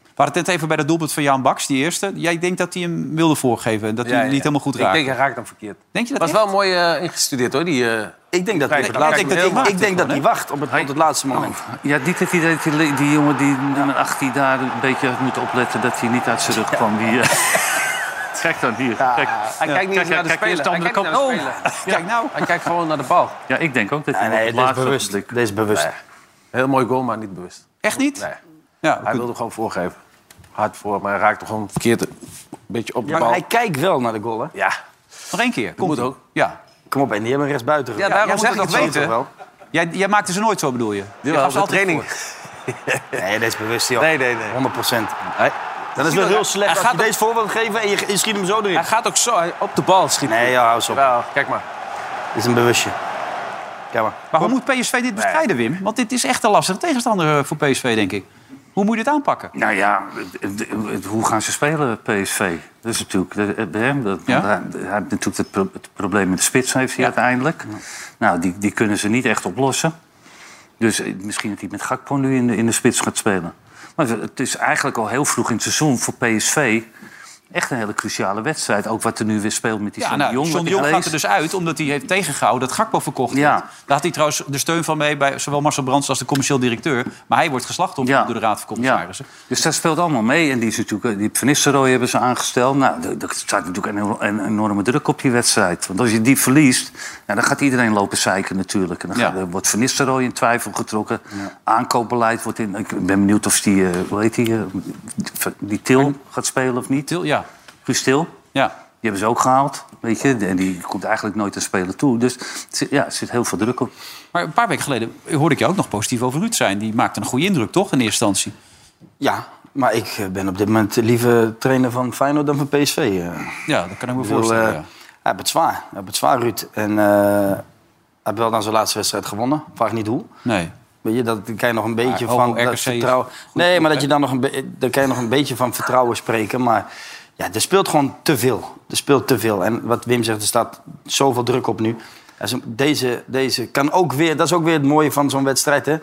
We hadden het net even bij dat doelpunt van Jan Baks, die eerste. Jij denkt dat hij hem wilde voorgeven en dat hij Ja, hem ja, niet ja. helemaal goed Ik raakte. denk, hij raakt hem verkeerd. Denk je dat Was echt? wel mooi eh, ingestudeerd, hoor. Die, eh, Ik denk dat, Kijk, ik, het laatste denk dat, deel hij- maakt ik denk het dat gewoon, hij wacht op het, op het laatste moment. Ja, niet dat die, dat die, die jongen die nummer 18 daar een beetje had moeten opletten dat hij niet uit zijn rug kwam. Die, eh, Kijk dan hier. Kijk. Hij kijkt niet eens naar de kijk, hier is speler. de Hij andere kijkt niet kant. naar de speler. Kijk nou. Hij kijkt gewoon naar de bal. Ja, ik denk ook dat hij nee, op dit het is laatste bewust. ogenblik- Dit is bewust. Heel mooi goal, maar niet bewust. Echt niet? Nee. Ja, Hij wilde hem gewoon voorgeven. Hard voor, maar hij raakt hem gewoon verkeerd een beetje op de Maar bal. hij kijkt wel naar de goal, hè? Ja. Nog één keer. Komt moet ie. ook. Ja. Kom op, en die hebben rechts buiten. Ja, daarom moet jij moet het het ook weten. weten. Wel. Jij, jij maakte ze nooit zo, bedoel je? Je Jawel, gaf ze op de altijd training. voor. Nee, dit is bewust, joh. Nee, nee, nee. 100 procent. Dat is wel heel slecht. Als je deze voorbeeld geven en je, je schiet hem zo erin. Hij gaat ook zo hij- op de bal schieten. Nee, ja, hou eens op. Jawel, kijk maar. Dit is een bewustje. Kijk maar. Maar hoe moet PSV dit bestrijden, Wim? Want dit is echt een lastige tegenstander eh, voor PSV, denk ik. Hoe moet je dit aanpakken? Nou ja, het- het- het- hoe gaan ze spelen, PSV? Dat is natuurlijk... de- eh, bij hem, dat, Ja. hij, hij heeft natuurlijk het, pro- het probleem met de spits heeft hij uiteindelijk. Nou, die, die kunnen ze niet echt oplossen. Dus eh, misschien dat hij met Gakpo nu in de, in de spits gaat spelen. Maar het is eigenlijk al heel vroeg in het seizoen voor PSV... Echt een hele cruciale wedstrijd. Ook wat er nu weer speelt met die Ja, John de nou, Jong. John wat de ik Jong gaat lees. er dus uit omdat hij heeft tegengehouden dat Gakpo verkocht Ja. werd. Daar had hij trouwens de steun van mee bij zowel Marcel Brands als de commercieel directeur. Maar hij wordt geslachtofferd door de Raad van Commissarissen. Dus dat speelt allemaal mee. En die, is natuurlijk, eh, die Van Nistelrooy hebben ze aangesteld. Nou, d- dat staat natuurlijk een, een enorme druk op die wedstrijd. Want als je die verliest, nou, dan gaat iedereen lopen zeiken natuurlijk. En dan gaat- wordt Van Nistelrooy in twijfel getrokken. Aankoopbeleid wordt in... Ik ben benieuwd of die, eh, hoe heet die, eh, die Til gaat spelen of niet. Til, ja. Guus Til. Ja. Die hebben ze ook gehaald, weet je. En die komt eigenlijk nooit te spelen toe. Dus het zit- ja, er zit heel veel druk op. Maar een paar weken geleden hoorde ik je ook nog positief over Ruud zijn. Die maakte een goede indruk, toch, in eerste instantie? Ja, maar ik eh, ben op dit moment liever trainer van Feyenoord dan van PSV. eh. Ja, dat kan ik me Ik bedoel, voorstellen. eh, ja. Hij heeft het zwaar. Hij heeft het zwaar, Ruud. En eh, hij heeft wel na zijn laatste wedstrijd gewonnen. Vraag niet hoe. Nee. Weet je, dat dan kan je nog een beetje Maar van Homo RKC dat is vertrouwen. goed, Nee, maar dat hè? je dan nog een, be- dan kan je nog een beetje van vertrouwen spreken. Maar ja, er speelt gewoon te veel. Er speelt te veel. En wat Wim zegt, er staat zoveel druk op nu. En zo- Deze, deze kan ook weer, dat is ook weer het mooie van zo'n wedstrijd, hè?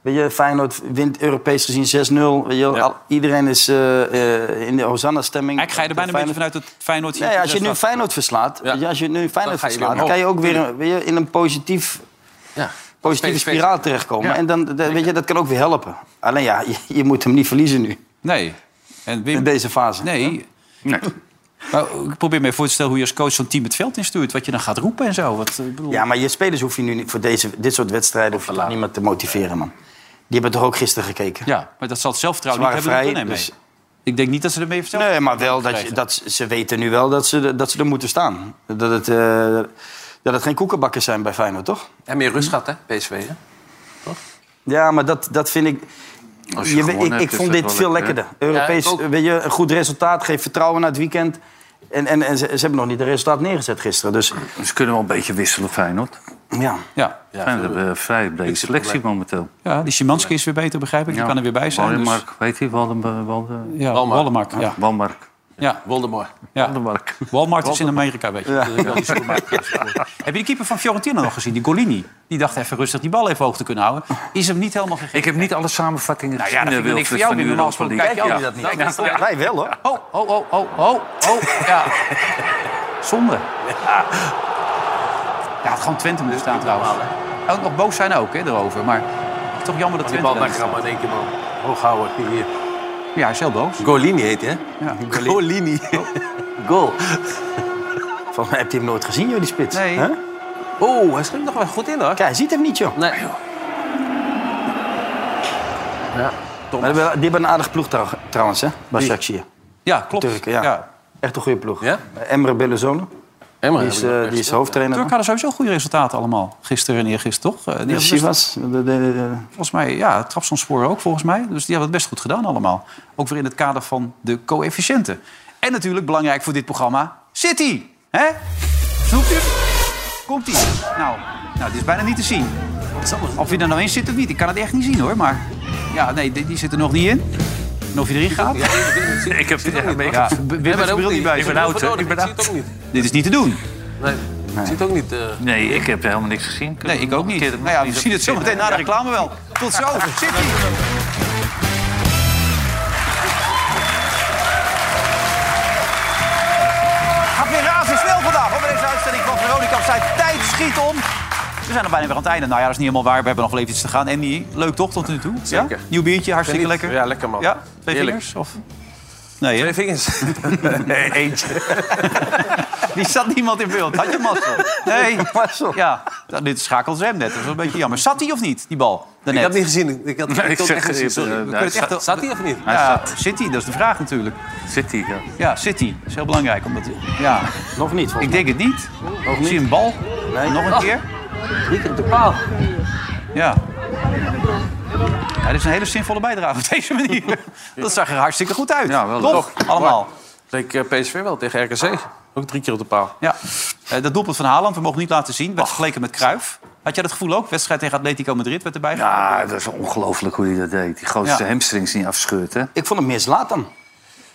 Weet je, Feyenoord wint Europees gezien 6-0. Weet je, wel, al- iedereen is eh, eh, in de Hosanna-stemming. Eigenlijk ga je er bijna een beetje vanuit dat Feyenoord... hier Nee, als je succes nu had. Feyenoord verslaat, weet je, als je nu Feyenoord ga je weer verslaat, dan kan je ook omhoog. weer, een- weet je, in een positief, positieve Feest, feest. spiraal terechtkomen. Ja. En dan, dat- weet je, dat kan ook weer helpen. Alleen ja, je, je moet hem niet verliezen nu. Nee. En Wim, in deze fase. Nee. Maar ik probeer me voor te stellen hoe je als coach zo'n team het veld instuurt. Wat je dan gaat roepen en zo. Wat, eh, ik bedoel... Ja, maar je spelers hoef je nu niet voor deze, dit soort wedstrijden hoef je toch niemand te motiveren, man. Die hebben toch ook gisteren gekeken. Ja, maar dat zal het zelfvertrouwen Ze niet hebben. waren dat vrij, nee, nee. Ik denk niet dat ze ermee vertellen. Nee, maar wel dat, je, dat ze- ze weten nu wel dat ze, dat ze er moeten staan. Dat het, eh, dat het geen koekenbakkers zijn bij Feyenoord, toch? En meer rust gehad, hè, PSV. Hè? Ja, maar dat, dat vind ik. Als je Je, weet- gewonnen ik, hebt, ik is vond dat dit wel veel lekker, hè? lekkerder. Europees, Ja, ik ook. weet je, een goed resultaat geeft vertrouwen naar het weekend. En, en, en ze, ze hebben nog niet het resultaat neergezet gisteren. Dus Ze kunnen wel een beetje wisselen, Feyenoord. ja. Ja. Ja, Feyenoord hebben een vrij brede selectie momenteel. Ja, die Szymanski is weer beter, begrijp ik. Die Ja. kan er weer bij zijn. Dus... Wallenmark, weet je, Wallen, Wallen, Ja, Walmark. Wallenmark, ja. Walmark. Ja. Voldemort. Ja. Walmart. is in Amerika, weet je. Dat is wel die supermarkt. Heb je die keeper van Fiorentina nog gezien? Die Golini. Die dacht even rustig die bal even hoog te kunnen houden. Is hem niet helemaal gegeven. Ik heb niet alle samenvattingen eh, Nou ja, dat vind ik niks voor jou nu. Normaal gesproken kijk je dat niet. Wij wel, hoor. Oh, oh, oh, oh, oh, oh. Ja. Zonde. Ja. Ja, had gewoon Twente moeten staan trouwens. Ook nog boos zijn ook, hè, erover. Maar toch jammer dat Die Twente... bal daar niet weggaan, maar in één keer, man. Hoog houden, niet hier. staat. Ja, hij is heel boos. Golini heet hij, hè? Ja. Golini. Goal. Volgens mij heb je hem nooit gezien, joh, die spits. Nee. Hè? Oh, hij schiet nog wel goed in, hoor. Kijk, hij ziet hem niet, joh. Nee. Ja. Maar die hebben- die hebben een aardige ploeg trouw- trouwens, hè? Başakşehir. Ja, klopt. Turken, ja. ja. Echt een goede ploeg. Ja? Emre Bellezonen. Emre Die is, hebben we eh, nog die is hoofdtrainer. Turk hadden sowieso goede resultaten allemaal. Gisteren en eergisteren, toch? Eh, die Ja, hadden best- Sivas. De, de, de- de- Volgens mij, ja, Trabzonspor ook volgens mij. Dus die hebben het best goed gedaan allemaal. Ook weer in het kader van de coëfficiënten. En natuurlijk, belangrijk voor dit programma, City. Hè? Zoekt u? Komt ie. Nou, nou, dit is bijna niet te zien. Of je er nou in zit of niet, ik kan het echt niet zien hoor. Maar ja, nee, die, die zit er nog niet in. En of je erin gaat? Ik heb ja, maar ik- Ja, Wim heeft zijn bril niet bij. Ik zich. ben oud, hè. Ik Ik ben zie het ook niet. Dit is niet te doen. Nee, ik zie het ook niet. eh. Nee, ik heb helemaal niks gezien. Nee, ik ook niet. Nou ja, we zien het zo meteen na de reclame wel. Tot zo, City. Gaat weer razendsnel vandaag hoor, bij deze uitzending van Veronica op zijn tijd schiet om. We zijn er bijna weer aan het einde. Nou ja, dat is niet helemaal waar. We hebben nog wel even iets te gaan. Andy, leuk toch tot nu toe? Zeker. Ja? Nieuw biertje, hartstikke Geniet. lekker. Ja, lekker, man. Ja? Twee Heerlijk. vingers? Of? Nee, hè? Twee vingers. Nee, eentje. Die zat niemand in beeld. Had je mazzel? Nee. Mazzel. Ja, nou, dit schakelt ze hem net. Dat is wel een beetje jammer. Zat hij of niet, die bal? Ik Daarnet? had niet gezien. Ik had Nee, ik ik had zeg echt gezien. het, eh, Sorry. nee, We kunnen het zat- echt- Zat hij of niet? Hij ja, zat. City, dat is de vraag natuurlijk. City, ja. Ja, City. Dat is heel belangrijk. Omdat, ja, Nog niet, ik volgens denk het niet. Ik zie een bal. Nog een keer. mij. Drie keer op de paal. Ja. ja. Dit is een hele zinvolle bijdrage op deze manier. Dat zag er hartstikke goed uit. Ja, wel Toch? Allemaal. Leek eh, PSV wel tegen RKC. Ook drie keer op de paal. Ja. Eh, dat doelpunt van Haaland, we mogen het niet laten zien. Werd vergeleken met Cruijff. Had jij dat gevoel ook? Wedstrijd tegen Atletico Madrid werd erbij. Ja, dat is ongelooflijk hoe hij dat deed. Die gozer Ja. zijn hamstrings niet afscheurt, hè? Ik vond hem meer Zlatan.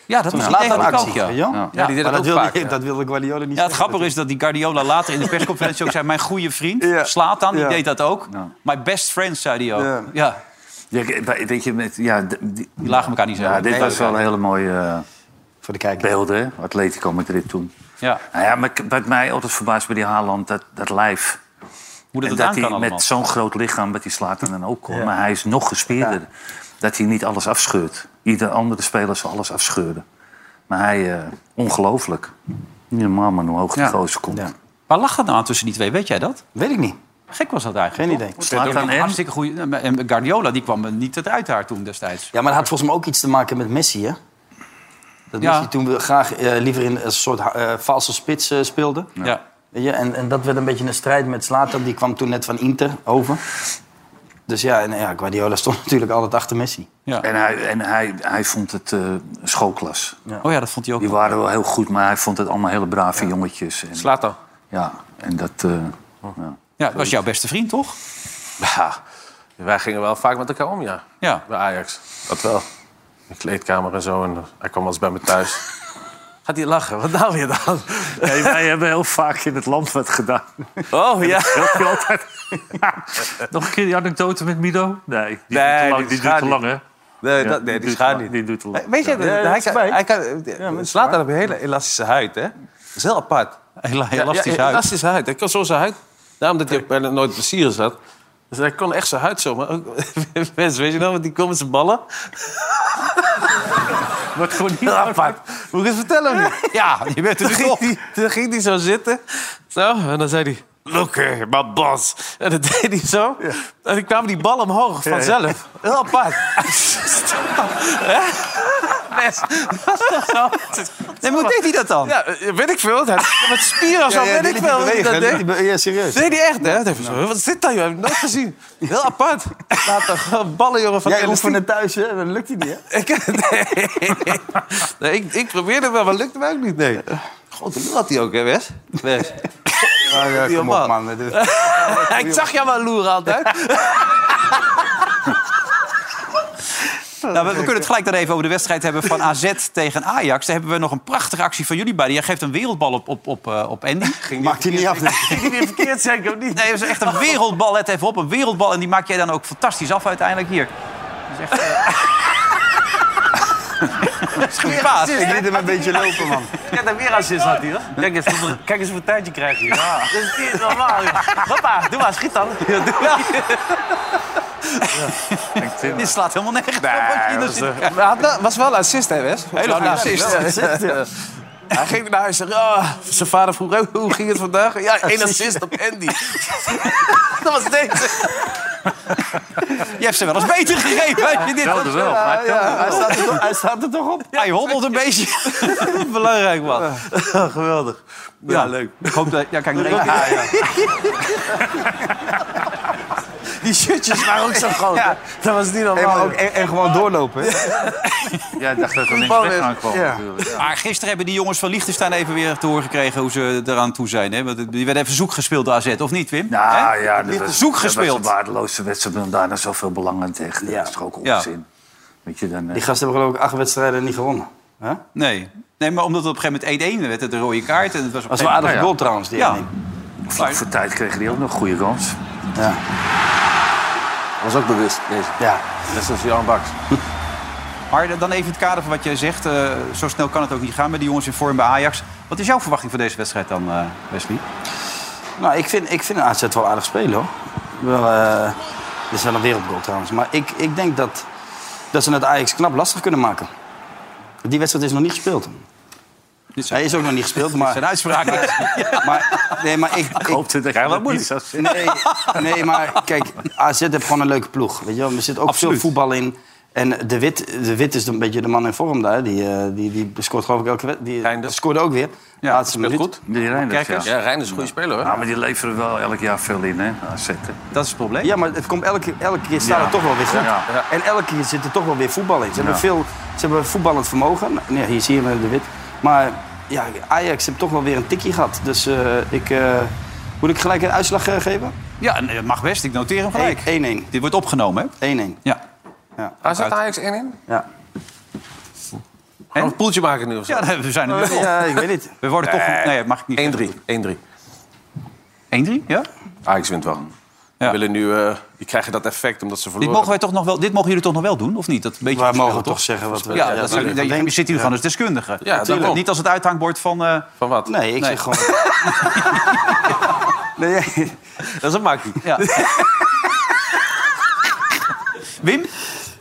Ja, dat was Een Zlatan-actie. ook, ja. weet je wel? Ja. Ja, die deed het Maar dat ook wilde, vaak. ja. dat wilde Guardiola niet Ja, het zeggen. grappige is dat die Guardiola later in de persconferentie ook zei... mijn goede vriend, Slatan, die Ja. deed dat ook. Ja. My best friend, zei hij ook. Ja. Ja. Ja, ik- bij- weet je, met, ja, d- die, Die lagen elkaar niet zo. ja, dit Nee, was elkaar wel een hele mooie... eh, voor de kijker. Beelden, hè? Atletico Madrid toen. Ja. Nou ja, maar ik- wat mij altijd verbaast bij die Haaland, dat, dat lijf. Hoe dat en het dat aan hij kan allemaal. met zo'n groot lichaam, wat hij slaat en dan ook hoor. Ja. Maar hij is nog gespeerder. Dat hij niet alles afscheurt. Ieder andere speler zal alles afscheuren. Maar hij, eh, ongelooflijk. Niet normaal, man, hoe hoog die Ja. gozer komt. Waar lag dat nou aan tussen die twee? Weet jij dat? Weet ik niet. Gek was dat eigenlijk. Geen toch? idee. Slatan Slatan en? en? Hartstikke goeie. En Guardiola die kwam niet het uit daar toen destijds. Ja, maar dat had volgens mij ook iets te maken met Messi, hè? Dat Ja. Messi toen we graag eh, liever in een soort ha- eh, valse spits eh, speelde. Ja. Weet je, en, en dat werd een beetje een strijd met Slatan. Die kwam toen net van Inter over. Dus ja, en, ja Guardiola stond natuurlijk altijd achter Messi. En, hij, en hij, hij vond het eh schoolklas. Oh ja, dat vond hij ook. Die waren wel heel goed, maar hij vond het allemaal hele brave jongetjes. En, Slaat dan. ja, en dat... eh, ja. Ja, dat was jouw beste vriend, toch? Ja, wij gingen wel vaak met elkaar om, ja. Ja. Bij Ajax. Dat wel. In de kleedkamer en zo. En eh, hij kwam wel eens bij me thuis. Gaat hij lachen? Wat daal je dan? Nee, wij hebben heel vaak in het land wat gedaan. Oh ja. Nog een keer die anekdote met Mido? Nee, die Nee, duurt te die lang. Die duurt schaar te lang, hè? niet. Nee, Ja, dat, nee die die duurt schaar te niet. Die duurt te lang. Weet je, Ja. hij, kan, hij kan, slaat daar op een hele elastische huid, hè? Dat is heel apart. Heel Ja, elastisch ja, huid. Elastische huid. Hij kon zo zijn huid. Daarom dat hij ook bijna nooit plezier zat. Dus hij kon echt zijn huid zo. Maar ook, mensen, weet je nou, want die kwam met zijn ballen. Wat gewoon niet heel apart. Moet ik het vertellen? Ja, je bent er dus toen ging, die, toen ging hij zo zitten. Zo, en dan zei hij... Look eh, at my boss. En dat deed hij zo. En dan kwamen die ballen omhoog ja. vanzelf. Heel apart. Hè? Nes, was dat zo? Nee, maar hoe deed hij dat dan? Ja, eh, weet ik veel. Hij- Met spieren of zo, Ja, ja, die weet ik liet hij veel. hoe hij dat bewegen. deed. Ja, serieus. Dat deed hij echt, hè? Dat even zo, Wat is dit dan, joh? Heb ik nooit gezien. Heel apart. Later, ballen, jongen, van Jij elastiek. oefende thuis, hè? Dat lukt hij niet, hè? Ik, nee. nee, ik, ik probeerde wel, maar lukte mij ook niet. Nee. God, hoe had hij ook, hè, Wes? Wes. Ja, ja, Die kom op, man. man. Dit is- ik zag jou wel loeren altijd. Oh, Nou, we, we kunnen het gelijk dan even over de wedstrijd hebben van AZ tegen Ajax. Daar hebben we nog een prachtige actie van jullie bij. Jij geeft een wereldbal op, op, op, eh, op Andy. Maakt hij niet af. Ik ging niet verkeerd zijn, ik ook niet. Nee, dat is echt een wereldbal. Let even op, een wereldbal. En die maak jij dan ook fantastisch af uiteindelijk hier. Dat is echt... eh, Dat is goed paas. Ik liet hem een beetje lopen, man. Kijk, dat weer assist had hij, hoor. Kijk eens, hoeveel- kijk eens hoeveel tijdje krijg je. Ja. Dat is niet normaal, joh. Papa, doe maar, schiet dan. Ja, doe maar. Dit slaat helemaal nergens op. wat je hier dat doet. was, eh, had wel- was wel een assist, hè, Wes? Hele goede Ja, nou, assist. ja, ja. Hij ging naar huis en zei... "Ah, zijn vader vroeg ook, hoe ging het vandaag? Ja, één assist op Andy. dat was deze. Je hebt ze wel eens beter gegeven. Weet je dit? Telde wel. maar hij Hij telde staat er toch, hij staat er toch op? Hij hobbelt een beetje. Belangrijk, man. geweldig. Ja, leuk. Ik hoop dat... Ja, kijk, nog één keer. Die shirtjes waren ook zo groot. hè. Dat was niet Hey, normaal. Oh, maar ook, en, eh, en gewoon doorlopen, hè? Ja, ik dacht dat er niks bal weg is. aan kwam. Ja. natuurlijk. Ja. Maar gisteren hebben die jongens van Liechtenstein even weer te horen gekregen hoe ze eraan toe zijn. Hè? Want die werden even zoek gespeeld door AZ, of niet, Wim? Hè? Nou ja, dat Niet was, zoek dat was gespeeld. een waardeloze wedstrijd om daarna zoveel belang aan te hechten. Ja. Dat is toch ook Ja. onzin. Weet je, dan, eh, Die gasten hebben geloof ik acht wedstrijden niet gewonnen. Hè? Dat Nee. nee, maar omdat het op een gegeven moment 1-1 werd, het een rode kaart. En het was op was een wel gegeven aardig nou ja. goal trouwens, die Ja. ene. vlak voor tijd kregen die ook nog goede kans. Ja. was ook bewust, deze. ja. Net zoals Jan Baks. moment- Maar dan even in het kader van wat jij zegt. eh, zo snel kan het ook niet gaan met die jongens in vorm bij Ajax. Wat is jouw verwachting voor deze wedstrijd dan, eh, Wesley? Nou, ik vind, ik vind AZ wel aardig spelen, hoor. Wel, eh, dit is wel een wereldgoal trouwens. Maar ik, ik denk dat, dat ze het Ajax knap lastig kunnen maken. Die wedstrijd is nog niet gespeeld. is- Hij is ook nog niet gespeeld, Zijn maar... uitspraak. maar nee, maar ik, ik, Hoopte dat je dat niet zou zeggen. Nee, nee, maar kijk, AZ heeft gewoon een leuke ploeg. Weet je wel? Er zit ook Absoluut. veel voetbal in. En de wit, de wit is een beetje de man in vorm daar. Die, eh, die, die scoort geloof ik elke wedstrijd. Die Reinders. scoorde ook weer. Ja, Laatste minuut. goed. Die Reinders, ja. Ja, Rijn is een goede speler, hoor. Ja, maar die leveren wel elk jaar veel in, hè? AZ, hè. Dat is het probleem. Ja, maar het komt elke, elke keer staan Ja. er toch wel weer goed. Ja. En elke keer zit er toch wel weer voetbal in. Ze hebben, Ja. veel, ze hebben voetballend vermogen. Nou, Nee, hier zie je hem de wit. Maar ja, Ajax heeft toch wel weer een tikje gehad. Dus eh, ik, eh, moet ik gelijk een uitslag eh, geven? Ja, en het mag best. Ik noteer hem gelijk. 1-1. Dit wordt opgenomen, hè? 1-1. Ja. Hij zat Ajax 1-1. Ja. Gaan we een poeltje maken nu of zo? Ja, nee, we zijn er weer op. ja, ik weet niet. We worden toch... Nee, dat mag ik niet. 1-3. 1-3. 1-3, ja? Ajax wint wel. Die willen nu, eh, die krijgen dat effect omdat ze Dit verloren. mogen, wij toch nog wel, dit mogen jullie toch nog wel doen, of niet? Dat beetje Wij mogen verschil, toch zeggen wat we- Ja, ja, dat wat zou- we je- je denken. zit hier Ja. gewoon als deskundige. Ja, daarom. Niet als het uithangbord van... eh, van wat? Nee, ik zeg gewoon... nee, dat is een makkie. Ja. Wim?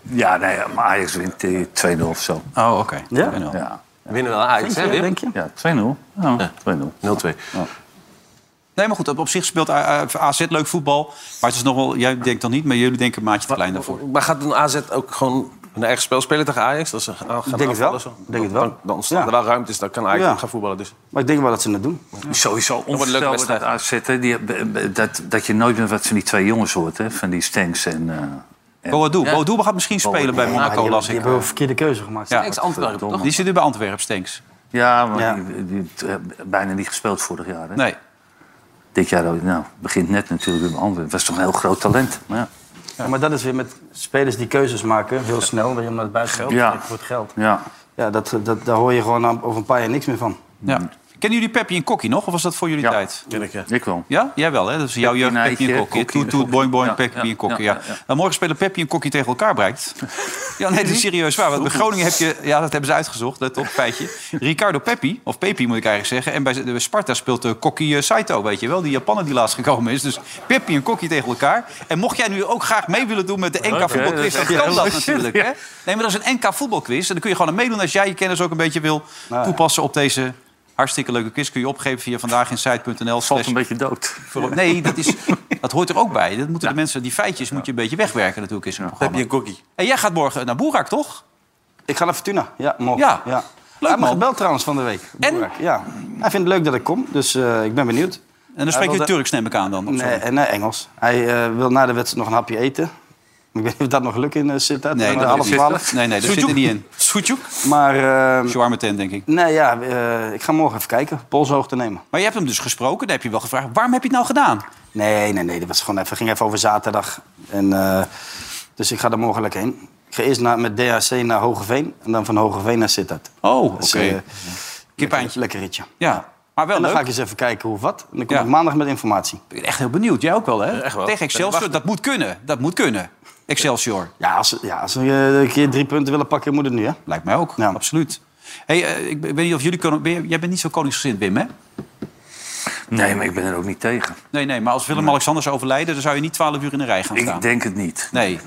Ja, nee, maar Ajax wint eh, 2-0 of zo. Oh, oké. Ja? Ja. Winnen wel Denk Ajax, je, hè Wim? denk je? Ja, 2-0. Ja, 2-0. 0-2. Nee, maar goed, op, op zich speelt A- A- AZ leuk voetbal. Maar het is nog wel, jij denkt dan niet, maar jullie denken een maatje te klein daarvoor. Maar gaat een AZ ook gewoon een eigen spel spelen tegen Ajax? Dat ze ah, gaan denk het wel. aanvallen zo? Denk het wel. Dan, dan ontstaan er wel ruimtes, dan kan Ajax Ja. ook gaan voetballen. Dus. Maar ik denk wel dat ze het doen. Sowieso wordt een leuke onvoorstelbaar dat AZ, hè, die, eh, dat, dat je nooit meer wat van die twee jongens hoort, hè, van die Stanks en... eh Boadu. Boadu gaat misschien spelen bij Ja, Monaco, die- las die ik. hebben wel verkeerde keuze gemaakt. Ja. Stenks, Antwerpen, toch? Die zit nu bij Antwerpen, Stenks. eh, Ja, maar Ja. Die, die heeft, eh, bijna niet gespeeld vorig jaar. Hè? Nee. Dit jaar ook- nou, begint net natuurlijk met Antwerpen. Het was toch een heel groot talent. Maar ja. Ja, maar dat is weer met spelers die keuzes maken, heel snel, weet je, omdat het buiten geld Ja. ja. voor het geld. Ja. Ja, dat, dat, daar hoor je gewoon aan- over een paar jaar niks meer van. Ja. Kennen jullie Peppi en Kokkie nog? Of was dat voor jullie tijd? Ken ik, ja. Ik wel. Ja? Jij wel, hè? Dat is jouw Peppi, jeugd, Peppi en Nijtje, Kokkie. Kokkie. Toet, toet, boing, boing, Ja, Peppi ja, en Kokkie. ja, Ja. ja. Nou, morgen spelen Peppi en Kokkie tegen elkaar, blijkt. Ja, nee, dat is serieus waar. Want bij Groningen heb je... Ja, dat hebben ze uitgezocht, let op, feitje. Ricardo Peppi, of Peppi moet ik eigenlijk zeggen. En bij Z- bij Sparta speelt de Kokkie eh, Saito, weet je wel. Die Japaner die laatst gekomen is. Dus Peppi en Kokkie tegen elkaar. En mocht jij nu ook graag mee willen doen met de Leuk, hè? NK voetbalquiz... dan Dat is echt kan dat leuk. natuurlijk, hè? Nee, maar dat is een NK voetbalquiz. En dan kun je gewoon aan meedoen als jij je kennis ook een beetje wil Nou ja. toepassen op deze hartstikke leuke quiz. Kun je opgeven via vandaaginsite.nl. Valt een beetje dood. Voor- Nee, dat, is, dat hoort er ook bij. Dat moeten de mensen, die feitjes moet je een beetje wegwerken natuurlijk in zo'n programma. een cookie. En jij gaat morgen naar Boerak, toch? Ik ga naar Fortuna, ja, morgen. Ja. ja. Leuk, hij heeft me man. gebeld trouwens van de week. En? Ja. Hij vindt het leuk dat ik kom, dus eh, ik ben benieuwd. En dan spreek je wilde- Turks, neem ik aan dan. of zo. Nee, eh, nee, Engels. Hij eh, wil na de wedstrijd nog een hapje eten. Ik weet niet of dat nog lukt in eh Sittard. Nee, Maar dat half zit er- twaalf. nee, nee, dat zit er niet in. Soetjoek. Maar... eh, Shawarma tent, denk ik. nee, ja, eh, ik ga morgen even kijken. Polshoog te nemen. Maar je hebt hem dus gesproken. Dan heb je wel gevraagd, waarom heb je het nou gedaan? Nee, nee, nee. Dat was gewoon even, ging even over zaterdag. En, eh, dus ik ga er morgen lekker heen. Ik ga eerst naar, met DHC naar Hogeveen. En dan van Hogeveen naar Sittard. Oh, oké. Dus, eh, Kippeintje. Lekker ritje. Ja, maar wel en dan leuk. ga ik eens even kijken hoe of wat. En dan kom Ja. ik maandag met informatie. Ik ben echt heel benieuwd. Jij ook wel, hè? echt wel. Tegen Excelsior, dat moet kunnen. Dat moet kunnen. Excelsior. Ja, als, ja, als we eh, een keer drie punten willen pakken, moet het nu, hè? Lijkt mij ook, absoluut. Hey, eh, ik ben- ik weet niet of jullie kunnen... ben je- Jij bent niet zo koningsgezind, Wim, hè? Nee, maar ik ben er ook niet tegen. Nee, nee, maar als Willem-Alexander zou overlijden... dan zou je niet 12 uur in de rij gaan staan. Ik denk het niet. Nee.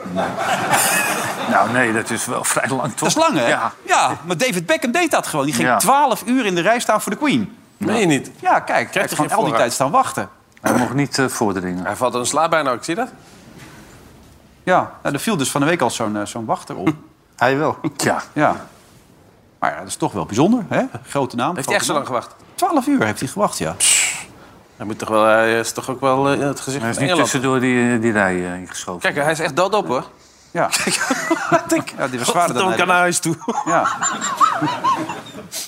Nou nee, dat is wel vrij lang toch? Dat is lang, hè? Ja. maar David Beckham deed dat gewoon. Die ging Ja. 12 uur in de rij staan voor de Queen. Nee, niet. Ja, kijk, hij heeft er gewoon al geen die voorraad. tijd staan wachten. Hij mocht niet eh, voordringen. Hij valt er een slaap bijna, ik zie dat. Ja, nou, er viel dus van de week al zo'n eh, zo'n wachter op. Hij wel. Ja. Ja. Maar ja, dat is toch wel bijzonder, hè? Grote naam. Heeft grote hij echt zo man. lang gewacht? 12 uur heeft hij gewacht, ja. Hij, moet toch wel, hij is toch ook wel eh, het gezicht Hij van is niet Engeland. tussendoor die, die rij eh, ingeschoven. Kijk, hij is echt doodop, hoor. Ja, ja die was zwaarder dan Godverdomme, hij. kan naar huis toe. Ja.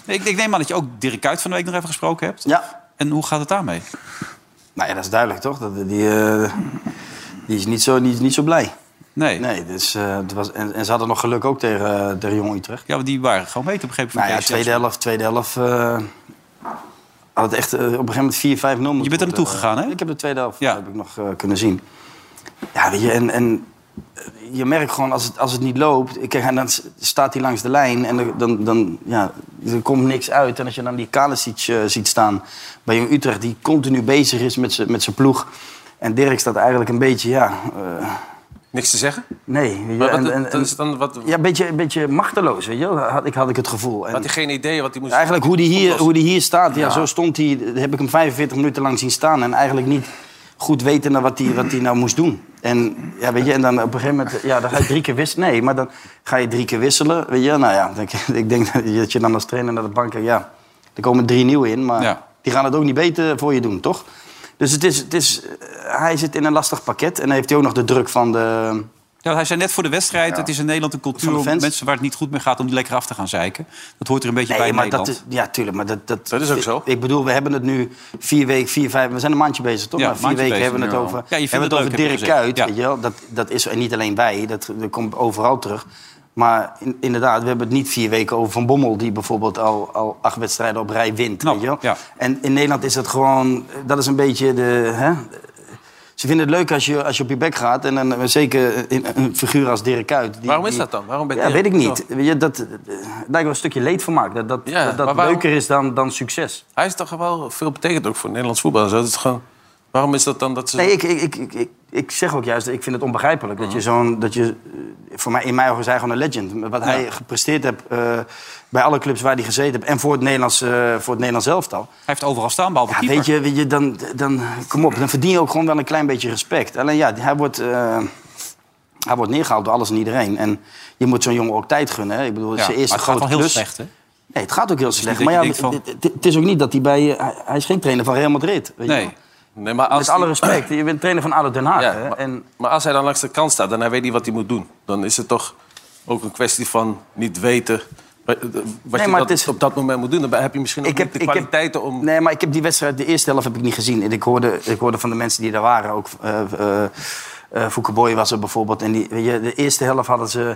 Nee, ik, ik neem aan dat je ook Dirk Kuyt van de week nog even gesproken hebt. Ja. En hoe gaat het daarmee? Nou ja, dat is duidelijk, toch? Dat, die, eh, die is niet zo, die is niet zo blij. Nee. Nee, dus, eh, het was, en, en ze hadden nog geluk ook tegen, eh, tegen Jong Utrecht. Ja, want die waren gewoon beter, begreep ik. van Nou ja, Kees tweede Jansson. helft, tweede helft... eh, had het echt eh, op een gegeven moment 4-5-0 Je bent er naartoe gegaan, hè? eh, Ik heb de tweede helft Ja. heb ik nog eh, kunnen zien. Ja, weet je, en, en eh, je merkt gewoon als het, als het niet loopt... Kijk, en dan s- staat hij langs de lijn en dan, dan, dan, ja, er komt niks uit. En als je dan die Kalasic eh, ziet staan bij Jong Utrecht... die continu bezig is met zijn met zijn ploeg... en Dirk staat eigenlijk een beetje, ja... eh, Niks te zeggen? nee, weet je, Maar wat, en- en- dat is dan wat, ja, een beetje, een beetje machteloos, weet je wel. Had, ik had ik het gevoel. En had hij geen idee wat hij moest eigenlijk hoe die hier, oplossen. hoe die hier staat, ja, Ja. zo stond hij, heb ik hem 45 minuten lang zien staan. En eigenlijk niet goed weten wat hij wat die nou moest doen. En, ja, weet je, en dan op een gegeven moment, ja, dan ga je drie keer wisselen. Nee, maar dan ga je drie keer wisselen. Weet je, nou ja, denk, ik denk dat je- dat je dan als trainer naar de bank kijkt, ja, er komen drie nieuwe in. Maar Ja. die gaan het ook niet beter voor je doen, toch? Dus het is, het is, eh, hij zit in een lastig pakket. En dan heeft hij ook nog de druk van de, Ja, Nou, hij zei net voor de wedstrijd, het is in Nederland een cultuur... Van de om fans. mensen waar het niet goed mee gaat, om die lekker af te gaan zeiken. Dat hoort er een beetje bij Nee, in maar dat Nederland. is, ja, tuurlijk. Maar dat, dat, Dat is ook zo. Ik bedoel, we hebben het nu vier weken, vier, vijf... We zijn een maandje bezig, toch? Ja, maar vier maandje weken bezig, hebben we het ja. over... Ja, je vindt hebben het we het leuk, heb je over gezegd. Dirk Kuyt, Ja. weet je wel? Dat, dat is en niet alleen wij, dat, dat komt overal terug. Maar in- inderdaad, we hebben het niet vier weken over Van Bommel... die bijvoorbeeld al, al acht wedstrijden op rij wint, weet je wel? En in Nederland is dat gewoon... Dat is een beetje de... Hè? Ze vinden het leuk als je, als je op je bek gaat. En dan eh, zeker in, een figuur als Dirk Kuyt. die- Waarom is die- dat dan? Waarom ben Ja, je- weet ik niet. Zo. Weet je, dat, eh, daar lijkt wel een stukje leed van maken. Dat dat, Ja, dat, dat maar waarom- leuker is dan, dan succes. Hij is toch wel veel betekent ook voor Nederlands voetbal. en Zo. Dat is gewoon, waarom is dat dan dat ze... Nee, ik, ik, ik, ik, ik, ik zeg ook juist, ik vind het onbegrijpelijk. Dat Mhm. je zo'n, dat je, eh, voor mij, in mijn ogen is hij gewoon een legend. Wat hij gepresteerd heeft eh, bij alle clubs waar hij gezeten heeft. En voor het Nederlands, eh, voor het Nederlands elftal. Hij heeft overal staan, behalve Ja, keeper. weet je, weet je dan, dan, kom op, dan verdien je ook gewoon wel een klein beetje respect. Alleen ja, hij wordt, eh, hij wordt neergehaald door alles en iedereen. En je moet zo'n jongen ook tijd gunnen. Hè. Ik bedoel, het is Ja, zijn eerste maar het gaat grote wel heel klus. slecht, hè? Dus Nee, het gaat ook heel slecht. dat Maar je ja, denkt van- het- het het is ook niet dat hij bij... hij- Hij is geen trainer van Real Madrid. Weet Je Nee. wel. nee maar Met alle respect, je bent trainer van ADO Den Haag. Ja, hè. maar, en, maar als hij dan langs de kant staat en hij weet niet wat hij moet doen... dan is het toch ook een kwestie van niet weten... eh, Wat maar je dat het is- op dat moment moet doen. Dan heb je misschien ook Ik heb- niet de ik heb- kwaliteiten om... Nee, maar ik heb die wedstrijd, de eerste helft heb ik niet gezien. En ik hoorde, ik hoorde van de mensen die daar waren, ook eh eh, eh, Fouke Boy was er bijvoorbeeld. En die, weet je, de eerste helft hadden ze,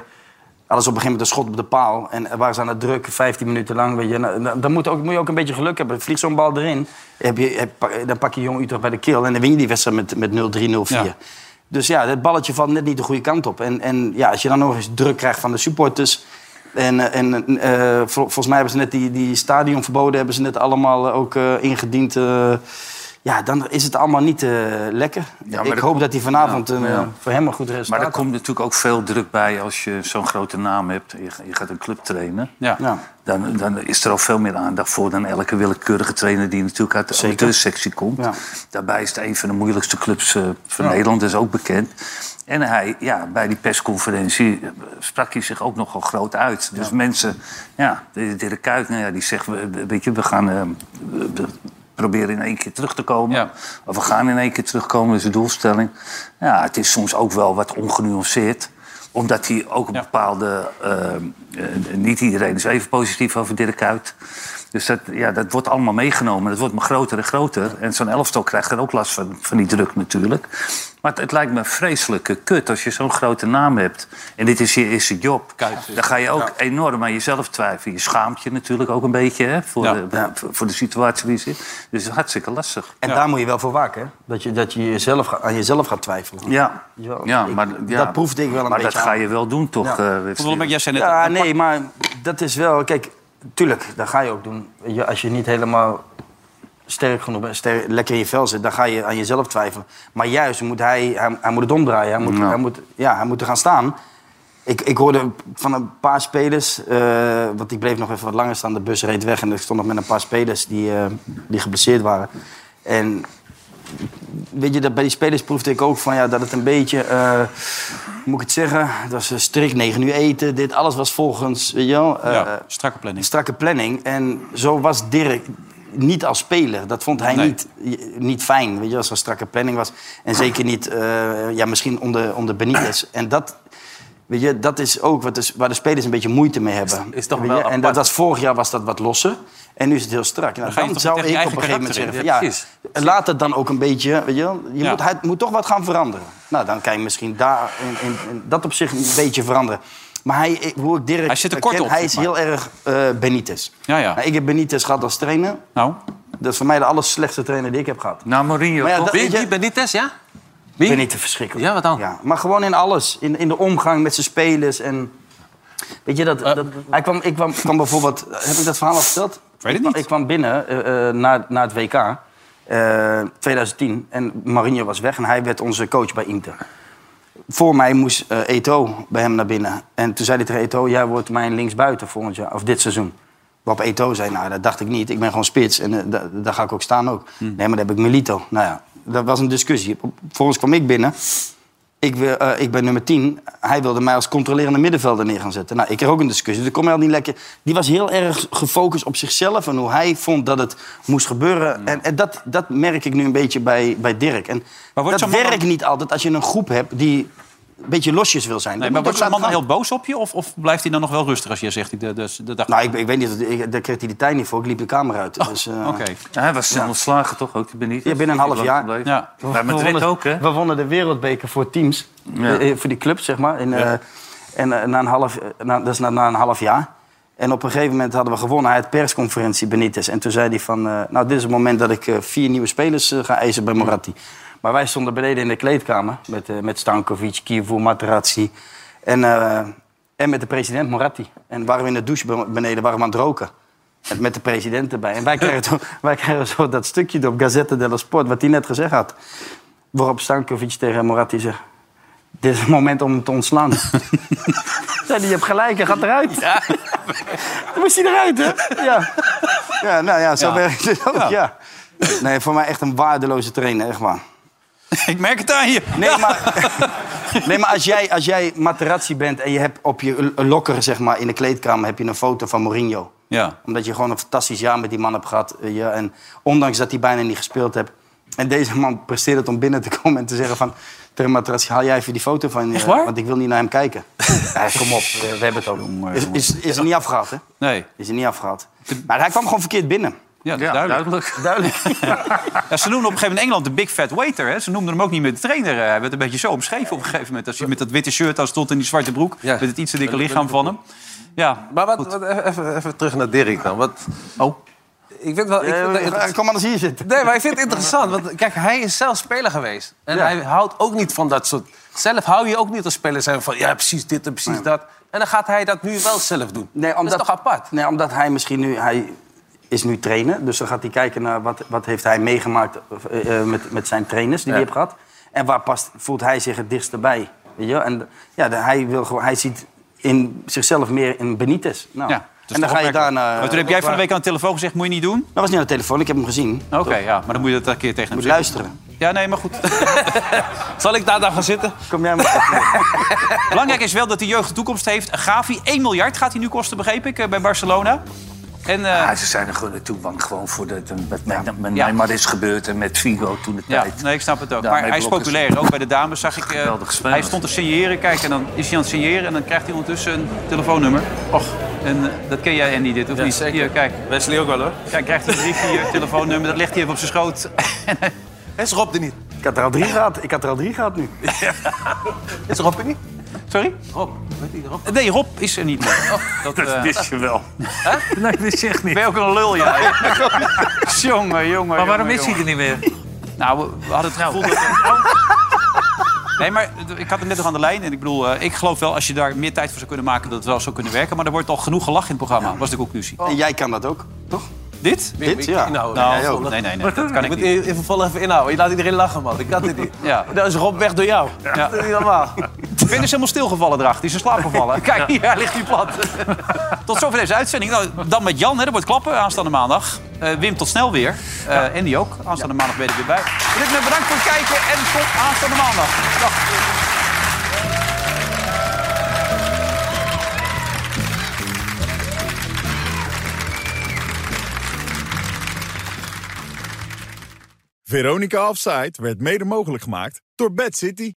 hadden ze op een gegeven moment een schot op de paal. En waren ze aan het drukken, 15 minuten lang. Weet je. Nou, nou, dan moet, ook, moet je ook een beetje geluk hebben. Vliegt zo'n bal erin, heb je, heb, dan pak je Jong Utrecht bij de keel. En dan win je die wedstrijd met, met 0-3, 0-4. Ja. Dus ja, dat balletje valt net niet de goede kant op. En, en ja, als je dan nog eens druk krijgt van de supporters... En, eh, en eh, vol- volgens mij hebben ze net die, die stadionverboden hebben ze net allemaal eh, ook eh, ingediend. eh. ja, dan is het allemaal niet eh, lekker. maar ik dat- hoop dat hij vanavond Ja, een, ja. eh, voor hem een goed Maar resultaat er komt natuurlijk ook veel druk bij als je zo'n grote naam hebt. en Je, je gaat een club trainen. Ja. Dan, dan is er al veel meer aandacht voor dan elke willekeurige trainer die natuurlijk uit de amateursectie komt. Daarbij is het een van de moeilijkste clubs eh, van Ja. Nederland, dat is ook bekend. En hij, ja, bij die persconferentie eh, sprak hij zich ook nogal groot uit. Dus mensen, ja, de- Dirk Kuyt, nou ja, die zegt, we- we- weet je, we gaan eh, we- we proberen in één keer terug te komen. Of we gaan in één keer terugkomen, dat is de doelstelling. Ja, het is soms ook wel wat ongenuanceerd omdat hij ook een bepaalde... eh, eh, niet iedereen is even positief over Dirk Kuyt. Dus dat, ja, dat wordt allemaal meegenomen. Dat wordt maar groter en groter. En zo'n elftal krijgt er ook last van, van die druk natuurlijk. Maar het, het lijkt me vreselijke kut als je zo'n grote naam hebt. En dit is je eerste job. dan ga je ook enorm aan jezelf twijfelen. Je schaamt je natuurlijk ook een beetje hè, voor, de, voor- voor de situatie die je zit. Dus het is hartstikke lastig. En daar moet je wel voor waken. hè? Dat je, dat je jezelf, ga- aan jezelf gaat twijfelen. Ja, Jawel. ja, Ik- maar, ja. dat proefde ik wel een maar beetje dat ga aan. je wel doen toch? Ja. eh, ja, nee, maar dat is wel... Kijk, tuurlijk, dat ga je ook doen. Weet je, Als je niet helemaal sterk genoeg bent, sterk- lekker in je vel zit... dan ga je aan jezelf twijfelen. Maar juist moet hij, hij, hij moet het omdraaien. Hij moet, Ja. hij moet, ja, hij moet er gaan staan. Ik, ik hoorde van een paar spelers... eh, want ik bleef nog even wat langer staan. De bus reed weg en ik stond nog met een paar spelers die, eh, die geblesseerd waren. En weet je, dat bij die spelers proefde ik ook van ja, dat het een beetje, eh, hoe moet ik het zeggen, dat was eh, strikt 9 uur eten, dit alles was volgens, weet je wel, eh, Ja, strakke planning. strakke planning. En zo was Dirk niet als speler. Dat vond hij Nee. niet, eh, niet fijn, weet je, als er een strakke planning was. En zeker niet, eh, ja, misschien onder, onder Benitez. En dat, weet je, dat is ook wat de, waar de spelers een beetje moeite mee hebben. Is- is toch Weet wel je, En dat apart. was, vorig jaar was dat wat losser. En nu is het heel strak. Nou, ga je dan toch zou tegen je ik op eigen een gegeven moment karakter zeggen... in. Ja, Ja, laat het dan ook een beetje... Weet je, wel. je Ja. moet, hij moet toch wat gaan veranderen. Nou, dan kan je misschien daar in, in, in dat opzicht een beetje veranderen. Maar hij, ik- hoe ik Dirk Hij zit er kort ken, op, hij zeg is maar. heel erg eh Benitez. Ja, ja. Nou, ik heb Benitez gehad als trainer. Nou, Dat is voor mij de aller slechtste trainer die ik heb gehad. Nou, Mourinho. Maar ja, toch? dat- weet je- Benitez, ja? Ik ben niet te verschrikkelijk. Ja, wat dan? maar gewoon in alles. In, in de omgang met zijn spelers. En, weet je, dat, Eh, dat, hij kwam, ik kwam, kwam bijvoorbeeld... Heb ik dat verhaal al verteld? weet het Ik kwam- niet. Ik kwam binnen eh, eh, na, na het WK. eh, 2010. En Mourinho was weg en hij werd onze coach bij Inter. Voor mij moest eh, Eto'o bij hem naar binnen. En toen zei hij tegen Eto'o... jij wordt mijn linksbuiten volgend jaar, of dit seizoen. Waarop Eto'o zei, nou, dat dacht ik niet. Ik ben gewoon spits en eh, da- daar ga ik ook staan ook. Hm. Nee, maar dan heb ik Milito. Nou ja, dat was een discussie. Volgens kwam ik binnen. Ik, wil, eh, ik ben nummer 10. Hij wilde mij als controlerende middenvelder neer gaan zetten. Nou, ik kreeg ook een discussie. Dat kon mij al niet lekker. Die was heel erg gefocust op zichzelf en hoe hij vond dat het moest gebeuren. En, en dat, dat merk ik nu een beetje bij, bij Dirk. En wordt dat zo'n man dan- werkt niet altijd als je een groep hebt die een beetje losjes wil zijn. Nee, Dat maar moet wordt ook zo'n man dan laten heel boos op je? Of, of blijft hij dan nog wel rustig als jij zegt... De, de, de dag... gaan. Nou, ik, ik weet niet, dat- ik, daar kreeg hij de tijd niet voor. Ik liep de kamer uit. dus, eh, Oh, Oké. Ja, hij was snel ontslagen toch ook, die Benitez? Ja, binnen een half jaar. Ja. Bij We Madrid wonnen- ook, hè? We wonnen de wereldbeker voor teams. Ja. Eh, eh, voor die clubs, zeg maar. En, eh, en eh, na een half, eh, na, dat is na, na een half jaar. En op een gegeven moment hadden we gewonnen. Hij had persconferentie, Benitez. En toen zei hij van... eh, nou, dit is het moment dat ik eh, vier nieuwe spelers eh, ga eisen bij Moratti. Maar wij stonden beneden in de kleedkamer met, eh, met Stankovic, Kivu, Materazzi en, eh, en met de president Moratti. En waren we in de douche be- beneden, waren we aan het roken. Met- Met de president erbij. En wij kregen, toen- wij kregen zo dat stukje op Gazzetta dello Sport, wat hij net gezegd had. Waarop Stankovic tegen Moratti zegt... Dit is het moment om hem te ontslaan. Zei die je hebt gelijk, hij gaat eruit. Dan moest hij eruit, hè? Ja. Ja, nou ja, zo Ja. werkt het ook, Ja. ja. Nee, voor mij echt een waardeloze trainer, echt waar. Ik merk het aan je. Nee, maar, nee, maar als jij, als jij Materazzi bent en je hebt op je l- lokker, zeg maar, in de kleedkamer... heb je een foto van Mourinho. Ja. Omdat je gewoon een fantastisch jaar met die man hebt gehad. eh, ja, en ondanks dat hij bijna niet gespeeld hebt. En deze man presteert het om binnen te komen en te zeggen van... Tegen Materazzi, haal jij even die foto van je. Want ik wil niet naar hem kijken. ja, kom op, we, we hebben het ook. Is, is, is er niet afgehaald, hè? Nee. Is er niet afgehaald. Maar hij kwam gewoon verkeerd binnen. Ja, dat is duidelijk. Ja, ze noemden op een gegeven moment in Engeland de Big Fat Waiter. Hè? Ze noemden hem ook niet meer de trainer. eh. Hij werd een beetje zo omschreven op een gegeven moment. Als je met dat witte shirt aan stond en die zwarte broek. Met het iets te dikke lichaam van hem. Ja, Maar wat, wat- even, even terug naar Dirk dan. Wat, oh. Ik vind wel... Eh, Ik vind dat inter- Kom anders hier zitten. Nee, maar ik vind het interessant. Want kijk, hij is zelf speler geweest. En hij houdt ook niet van dat soort... Zelf hou je ook niet als speler zijn van... Ja, precies dit en precies dat. En dan gaat hij dat nu wel zelf doen. Nee, omdat, dat is toch apart? Nee, omdat hij misschien nu... Hij is nu trainer, dus dan gaat hij kijken naar wat, wat heeft hij meegemaakt eh, eh, met, met zijn trainers die Ja. hij heeft gehad. En waar past, voelt hij zich het dichtst bij. Weet je? wel? En ja, de- hij, wil gewoon, hij ziet in zichzelf meer in Benitez. Nou, Ja, dat is en dan toch ga je opmerkelijk. daarna... eh, Maar toen heb jij van de week aan de telefoon gezegd, moet je niet doen? Dat was niet aan de telefoon, ik heb hem gezien. Oké, ja, maar dan moet je dat een keer tegen hem Moet zeggen. luisteren. Ja, nee, maar goed. Zal ik daar dan gaan zitten? Kom jij maar. Belangrijk is wel dat de jeugd de toekomst heeft. Gavi, 1 miljard gaat hij nu kosten, begreep ik, eh, bij Barcelona. En, eh, Ja, ze zijn er gewoon naartoe bang gewoon voor dat met, met, met, met Neymar is gebeurd en met Figo toen de ja, tijd. nee, ik snap het ook. Ja, maar nee, hij is Blok is- populair, ook bij de dames zag ik. eh, speler. hij stond te signeren, kijk, en dan is hij aan het signeren en dan krijgt hij ondertussen een telefoonnummer. Och. En eh, dat ken jij, Andy, dit, of niet? Hier, kijk. Wesley ook wel, hoor. Kijk, krijgt hij een briefje, hier, telefoonnummer, dat ligt hij even op zijn schoot. Is Rob er niet? Ik had er al drie gehad, ik had er al drie gehad nu. Is Rob er niet? Sorry? Rob, weet je, Rob? Nee, Rob is er niet meer. dat eh, wist je wel. Nee, dat is echt niet. Ben je ook een lul, jij? jongen, jongen. Maar waarom jongen, is hij er niet meer? Nou, we, we hadden het gevoel dat... Nee, maar ik had het net nog aan de lijn. En ik bedoel, eh, ik geloof wel als je daar meer tijd voor zou kunnen maken... dat het wel zou kunnen werken. Maar er wordt al genoeg gelachen in het programma, was de conclusie. En jij kan dat ook, toch? Dit? Dit, ja. Nou, Nou, jij ook. nee, nee, nee, dat kan ik moet niet. even vol even inhouden. Je laat iedereen lachen, man. Ik kan dit niet. Ja. Dan is Rob weg door jou. Ja. Dat is niet normaal. Vin is helemaal stilgevallen erachter. Die is in slaap gevallen. Kijk, hier, hij ligt nu plat. Tot zover deze uitzending. Nou, dan met Jan, hè. Er wordt klappen aanstaande maandag. Eh, Wim, tot snel weer. Eh Andy ook. Aanstaande maandag ben je er weer bij. Ritme, bedankt voor het kijken. En tot aanstaande maandag. Dag. Veronica Offside werd mede mogelijk gemaakt door Bad City.